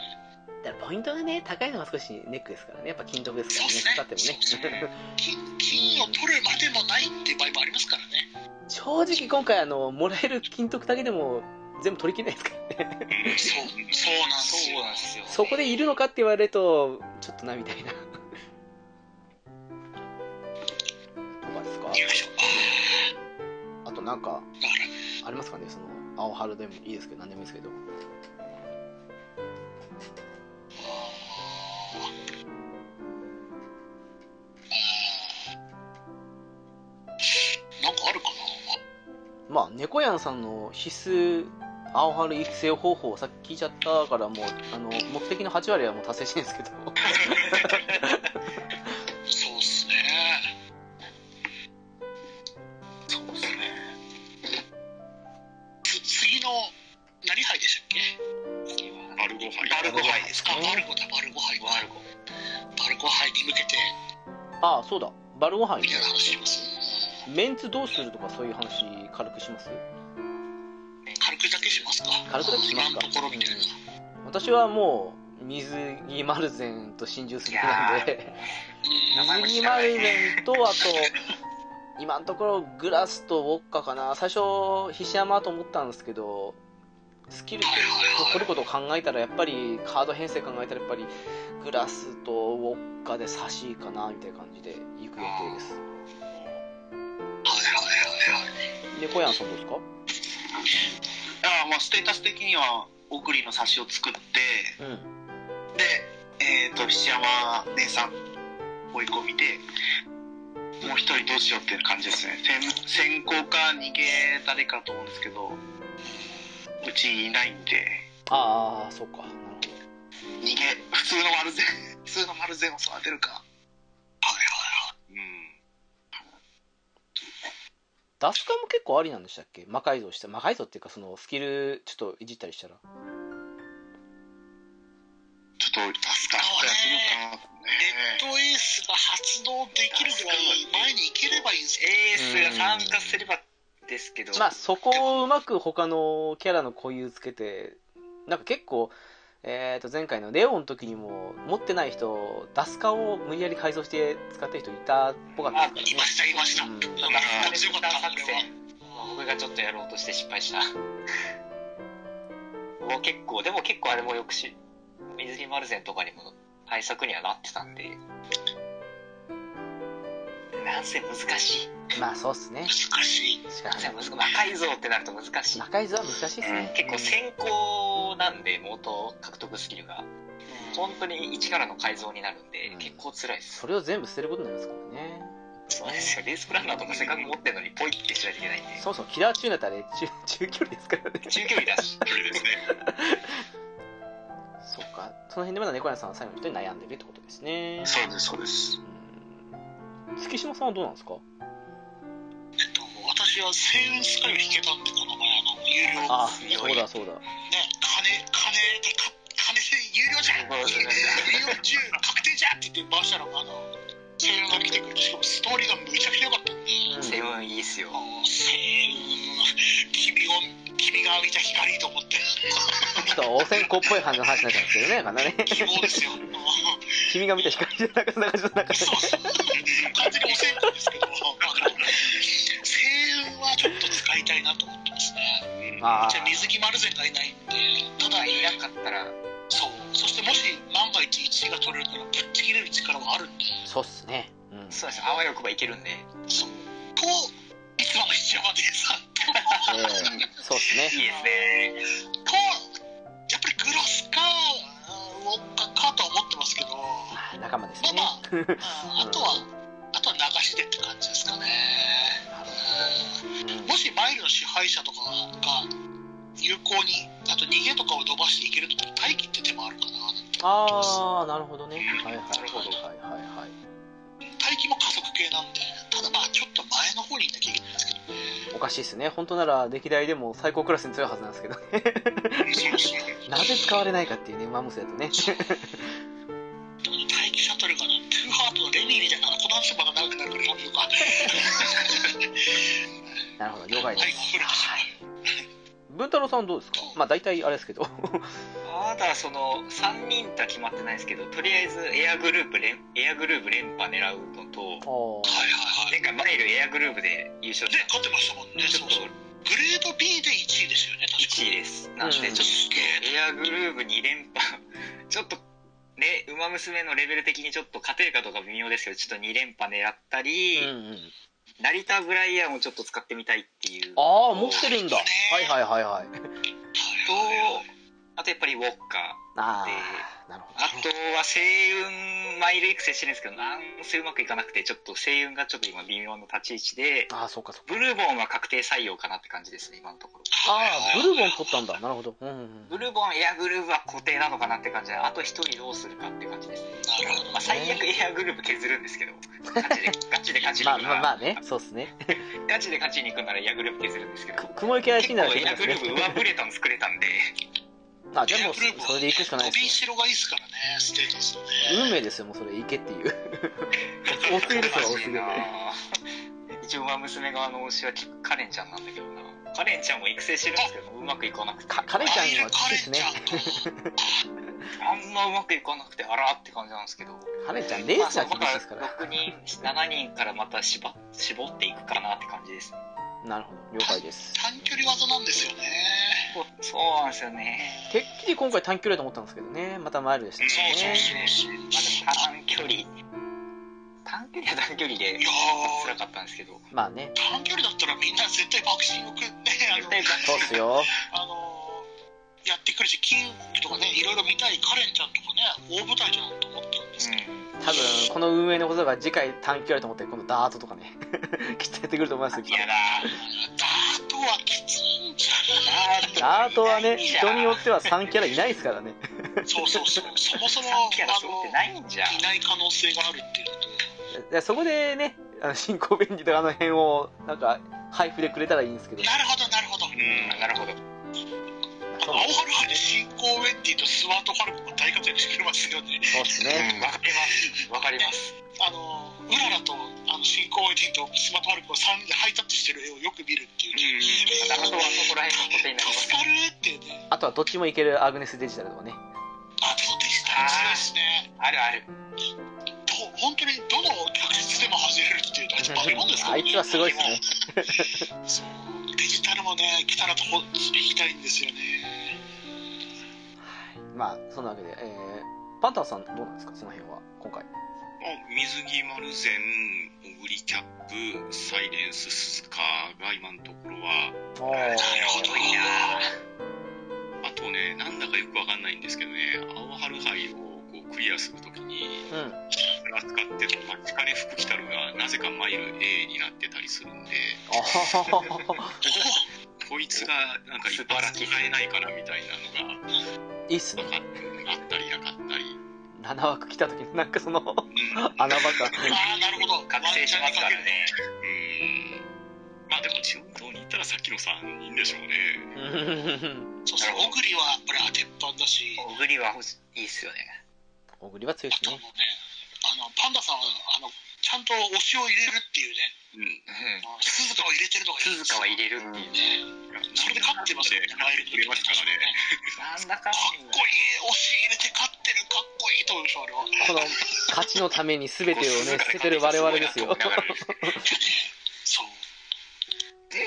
C: だからポイントがね、高いのが少しネックですからね。やっぱ金属です
D: そうですね
C: からね、使
D: そう
C: ってもね。
D: 金金を取るまでもないっていう場合もありますからね
C: 正直今回、あの、もらえる金属だけでも全部取り切れないですからね。
D: そうそうなんです
B: そう
D: よ
B: なんですよ。
C: そこでいるのかって言われると、ちょっとなみたいな。とかですか
D: よいしょ
C: あとなんか、
D: だから
C: ありますかねその、青春でもいいですけど、何でもいいですけど。
D: なんかあるか
C: まあ、猫やんさんの必須、青春育成方法をさっき聞いちゃったから、もう、あの、目的の8割はもう達成してるんですけど。
D: なそうっすねそうっすねつ次の何杯でしたっけ
F: バルゴ杯
D: バルゴ杯ですか
C: うん
D: バルゴだバルゴ杯バルゴバルゴ杯に向けて
C: ああ、そうだ。バルご飯
D: みたいな話します
C: メンツどうするとかそういう話軽くします
D: 軽くだけしますか
C: 軽くだけしますか
D: 今のところみたいな
C: 私はもう水着丸善と心中する気なんで
D: うん
C: 水着丸善とあと今のところグラスとウォッカかな最初菱山と思ったんですけどスキル取ることを考えたらやっぱりカード編成考えたらやっぱりグラスとウォッカで差しかなみたいな感じで行く予定です
D: はいはいはいはい
C: で小山さんどうですか
E: あーまあステータス的には送りの冊子を作って
C: うん
E: でえっ、と菱山姉さん追い込みでもう一人どうしようっていう感じですね先先行か逃げ誰かと思うんですけどうちいないんで
C: ああそうかなる
E: 逃げ普通の丸善 普通の丸善を育てるか
F: うん
C: ほどダスカも結構ありなんでしたっけ魔改造した魔改造っていうかそのスキルちょっといじったりしたら
E: ちょっと助かってやってみようかな、
D: レッドエースが発動できるぐらい前に行ければいいんですけど
B: エースが参加すればですけど、
C: まあそこをうまく他のキャラの固有つけてなんか結構えー、と前回のレオンの時にも持ってない人ダスカを無理やり改造して使ってる人いたっぽかったで
D: い
C: す
D: ましたいました、
C: からね、
D: 面白かったこれは
B: まあ僕がちょっとやろうとして失敗した。もう結構、でも結構あれもよくし、水着丸善とかにも対策にはなってたんで。なんせ難しい。
C: うん、まあそうっすね
D: 難しい
C: しか
B: なんせ
C: ない
B: 難しい。魔改造ってなると難しい
C: 魔。改造は難しいっすね、
B: 結構先行なんで、元獲得スキルが。本当に一からの改造になるんで
C: う、ん
B: 結構辛いです。
C: それを全部捨てることになりますからね
B: そうなんですよ。レースプランナーとかせっかく持ってるのにポイってしないといけないんで。
C: そもそもキラー中だったらね中中距離ですからね
B: 中距離だし。
F: 距離ですね
C: そっか、その辺でまだ猫屋さんは最後の人に悩んでるってことですね。
E: そうですそうです
C: うん月島さんはどうなんですか
D: えっと私は星雲スカイを引けたんでこの前あの有料
C: あ、
D: ね
C: そうだそうだ。
D: 金金でか金で有料じゃん40確定じゃって言って回したらあのセールが来てくれてしかもストーリーがむちゃくちゃ良かった
B: セブンいいっすよ。
D: もうセール君を君が浴びた光と思って
C: ちょっとお線香っぽい話の話になっちゃうんですけどね、なんかね。
D: 希望ですよもう
C: 君が見た光じゃなくて、なんかちょっとなんか
D: そう完全にお線香ですけどまあでもセールはちょっと使いたいなと思ってますね
C: あ
D: じゃあ水木丸善がいないんでた
B: ま
D: だ
B: あ、いなかったら、
D: そうそしてもし万が一1位が取れるならぶっちぎれる力はあるんで
C: ー、そうっすね。うん。
B: そうです。あわよくばいけるんで。
D: そこをいつもの必要までさ
C: えー、そうっす
B: い
C: ね。
B: いですね。
D: とやっぱりグラスかウォッカかとは思ってますけどあ
C: あー仲間ですね。
D: あとはあとは流しでって感じですかね
C: うん
D: もしマイルの支配者とかが有効にあと逃げとかを伸ばしていけると待機って手もあるかな
C: あー、なるほどね。はいはいはいはいはいはい。
D: 待機も加速系なんでただまあちょっと前の方にいなきゃいけないんですけど
C: おかしいっすね。本当なら歴代でも最高クラスに強いはずなんですけど ね。なぜ使われないかっていうね、馬娘だとね。
D: 特に待機シャトルがなトゥーハートのレミーみたいなこの話まだ長くなるからやめようか
C: なるほど、了解で
D: はい
C: す。
D: 溢れてしまう
C: 文太郎さんどうですかまあ大 体あれですけど。
B: まだその3人とは決まってないですけど、とりあえずエアグループ連エアグループ連覇狙うのと、
C: あ
D: はいはいはい
B: 前回マイルエアグループで優勝
D: ね
B: し
D: 勝ってましたもんね
B: た。ち
D: そ
B: ょっ
D: う
B: と
D: そうグレード B で1位ですよね確か
B: 1位です。なんで、ちょっ
C: うん
B: とエアグループ2連覇、 ちょっと、ね、馬娘のレベル的にちょっと勝てるかどうか微妙ですけど、ちょっと2連覇狙ったり、
C: ーうんうん。
B: 成田ブライアンをちょっと使ってみたいっていう。
C: ああ、持ってるんだ。はいはいはいはい。
B: と、あとやっぱりウォッカ。
C: ああ、なるほ
B: あとは星雲マイル育成してるんですけど、なんせうまくいかなくて、ちょっと星雲がちょっと今微妙な立ち位置で、
C: ど。ああ、そうかそうか。
B: ブルボンは確定採用かなって感じですね、今のところ。
C: ああ、ブルボン取ったんだ。なるほど。うんうんう
B: ブルボン、エアグループは固定なのかなって感じで、あと1人どうするかって感じですね。
D: なるほ
B: まあ、最悪エアグループ削るんですけど、ガチで、ガチで勝ち
C: ん。
B: に
C: まあ
B: 行くな
C: ま
B: ら、
C: あまあね、そうっすね。
B: ガチで勝ちに行くならエアグループ削るんですけど、
C: 雲行き怪し
B: 結
C: い
B: 構
C: なら
B: エアグループ上ブレたの作れたんで、
C: あ、じゃあもうそそれで行くしかない
D: 伸
C: で
D: び
C: す
D: しろがいいですからねステータスのね
C: よ。運命ですよ、もうそれ行けっていう。 多すぎるから多
B: お
C: すぎる。
B: 一応は娘側の推しはカレンちゃんなんだけどなカレンちゃんも育成してるんですけどうまくいかなくて
C: かカレンちゃんは好きですね。
B: あんまうまくいかなくてあらって感じなんですけど
C: カレンちゃん、レースは厳しいですか
B: ま
C: ら
B: あ。その中6人7人からまた絞絞っていくかなって感じです
C: なるほど、了解です。
D: 短距離技なんですよね
B: そうそうなんですよね
C: てっきり今回短距離だと思ったんですけどね、またマイルでした
D: そうそう
C: ね。
D: そう
B: まあでも短距離短距離は短距離で
D: いや
B: 辛かったんですけど
C: まあね、
D: ー短距離だったらみんな絶対爆心をくんねあ
B: 絶
D: の
B: 対
C: そうっすよ。
D: あのーやってくるしキングとかねいろいろ見たいカレンちゃんとかね大舞台じゃんと思ったんですけど、
C: 多分、この運営のことが次回短距離だと思って、今度ダートとかね、きっとやってくると思いますよ、きっと
B: 嫌だ
D: ダートはきついんじ
C: ダートはね、人によっては3キャラいないですからね。
D: ゃんそうそうそうそもそも
B: 3キャラ
D: あ
B: 揃っ
D: の
B: てないんじゃん
D: いない可能性があるっていうのと
C: いやそこでね、あの進行便利とかあの辺を、なんか、配布でくれたらいいんですけど、
D: なるほどなるほど、
B: うんなるほど
D: あの青春派で進行ウェンディとスワート・ファルコンが大活躍してくれますよね
C: そうっすね。
B: わかりますわかります
D: あのうららとあの進行ウェンディとスワート・ファルコン3人でハイタッチしてる絵をよく見るっていう、
B: ダートはそこら辺のことになります
D: 助かるっていうね
C: あとはどっちもいけるアグネスデジタルとかね。
D: あそうでしたそうですね
B: あるある
D: と本当にどの客室でも外れるっていうのはバケモンですか
C: あ
D: ら
C: いつはすごいっすね。
D: そう デジタルもね来たらとこ行きたいんですよね
C: まあ、そんなわけで、えー、パンタンさんどうなんですか、その辺は、今回。
F: 水着丸善オグリキャップサイレンススカーが今のところは
C: おー
B: 多いな
F: あとねなんだかよくわかんないんですけどね青春杯をこうクリアするときに
C: うん。
F: ラ使ってたマチカネ服着たのがなぜかマイル A になってたりするんで
C: あー
F: こいつがなんか一発使えないからみたいなのが
C: いいっすね
F: 分。かったりなかったり、
C: 7枠来た時のなんかその
F: うん、
C: 穴場
D: ああなるほど
B: 覚醒しますからね
F: うーんまあでも順当にいったら3さっきの3人でしょうね。
D: そしたら小栗はこれは鉄板だし
B: 小栗はいいっすよね。
C: 小栗は強い
D: あ
C: し
D: ともう
C: ね
D: ねあのパンダさんはあのちゃんと推しを入れるっていうね
F: う
B: う
F: ん。
B: ん。
D: あの鈴鹿を入れてるのがいい
B: 鈴鹿は入れるっていうね。
D: それで勝ってますよ
F: ね。
D: ね
F: 勝ってくれました
B: なんだか
F: からね。
B: んだ
D: かっこいい推し入れて勝ってるかっこいいと思いました
C: こ
D: 俺は
C: の勝ちのために全てをね捨ててる我々ですよ
D: そう
B: 絶対勝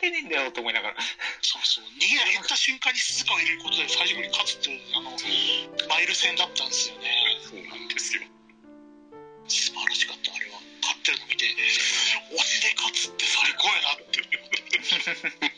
B: てねえんだよと思いながら。
D: そうそう逃げが減った瞬間に鈴鹿を入れることで最終的に勝つっていうあのマイル戦だったんですよね
F: そうなんですよ。
D: 素晴らしかったあれは勝ってるの見て推しで勝つって最高やなって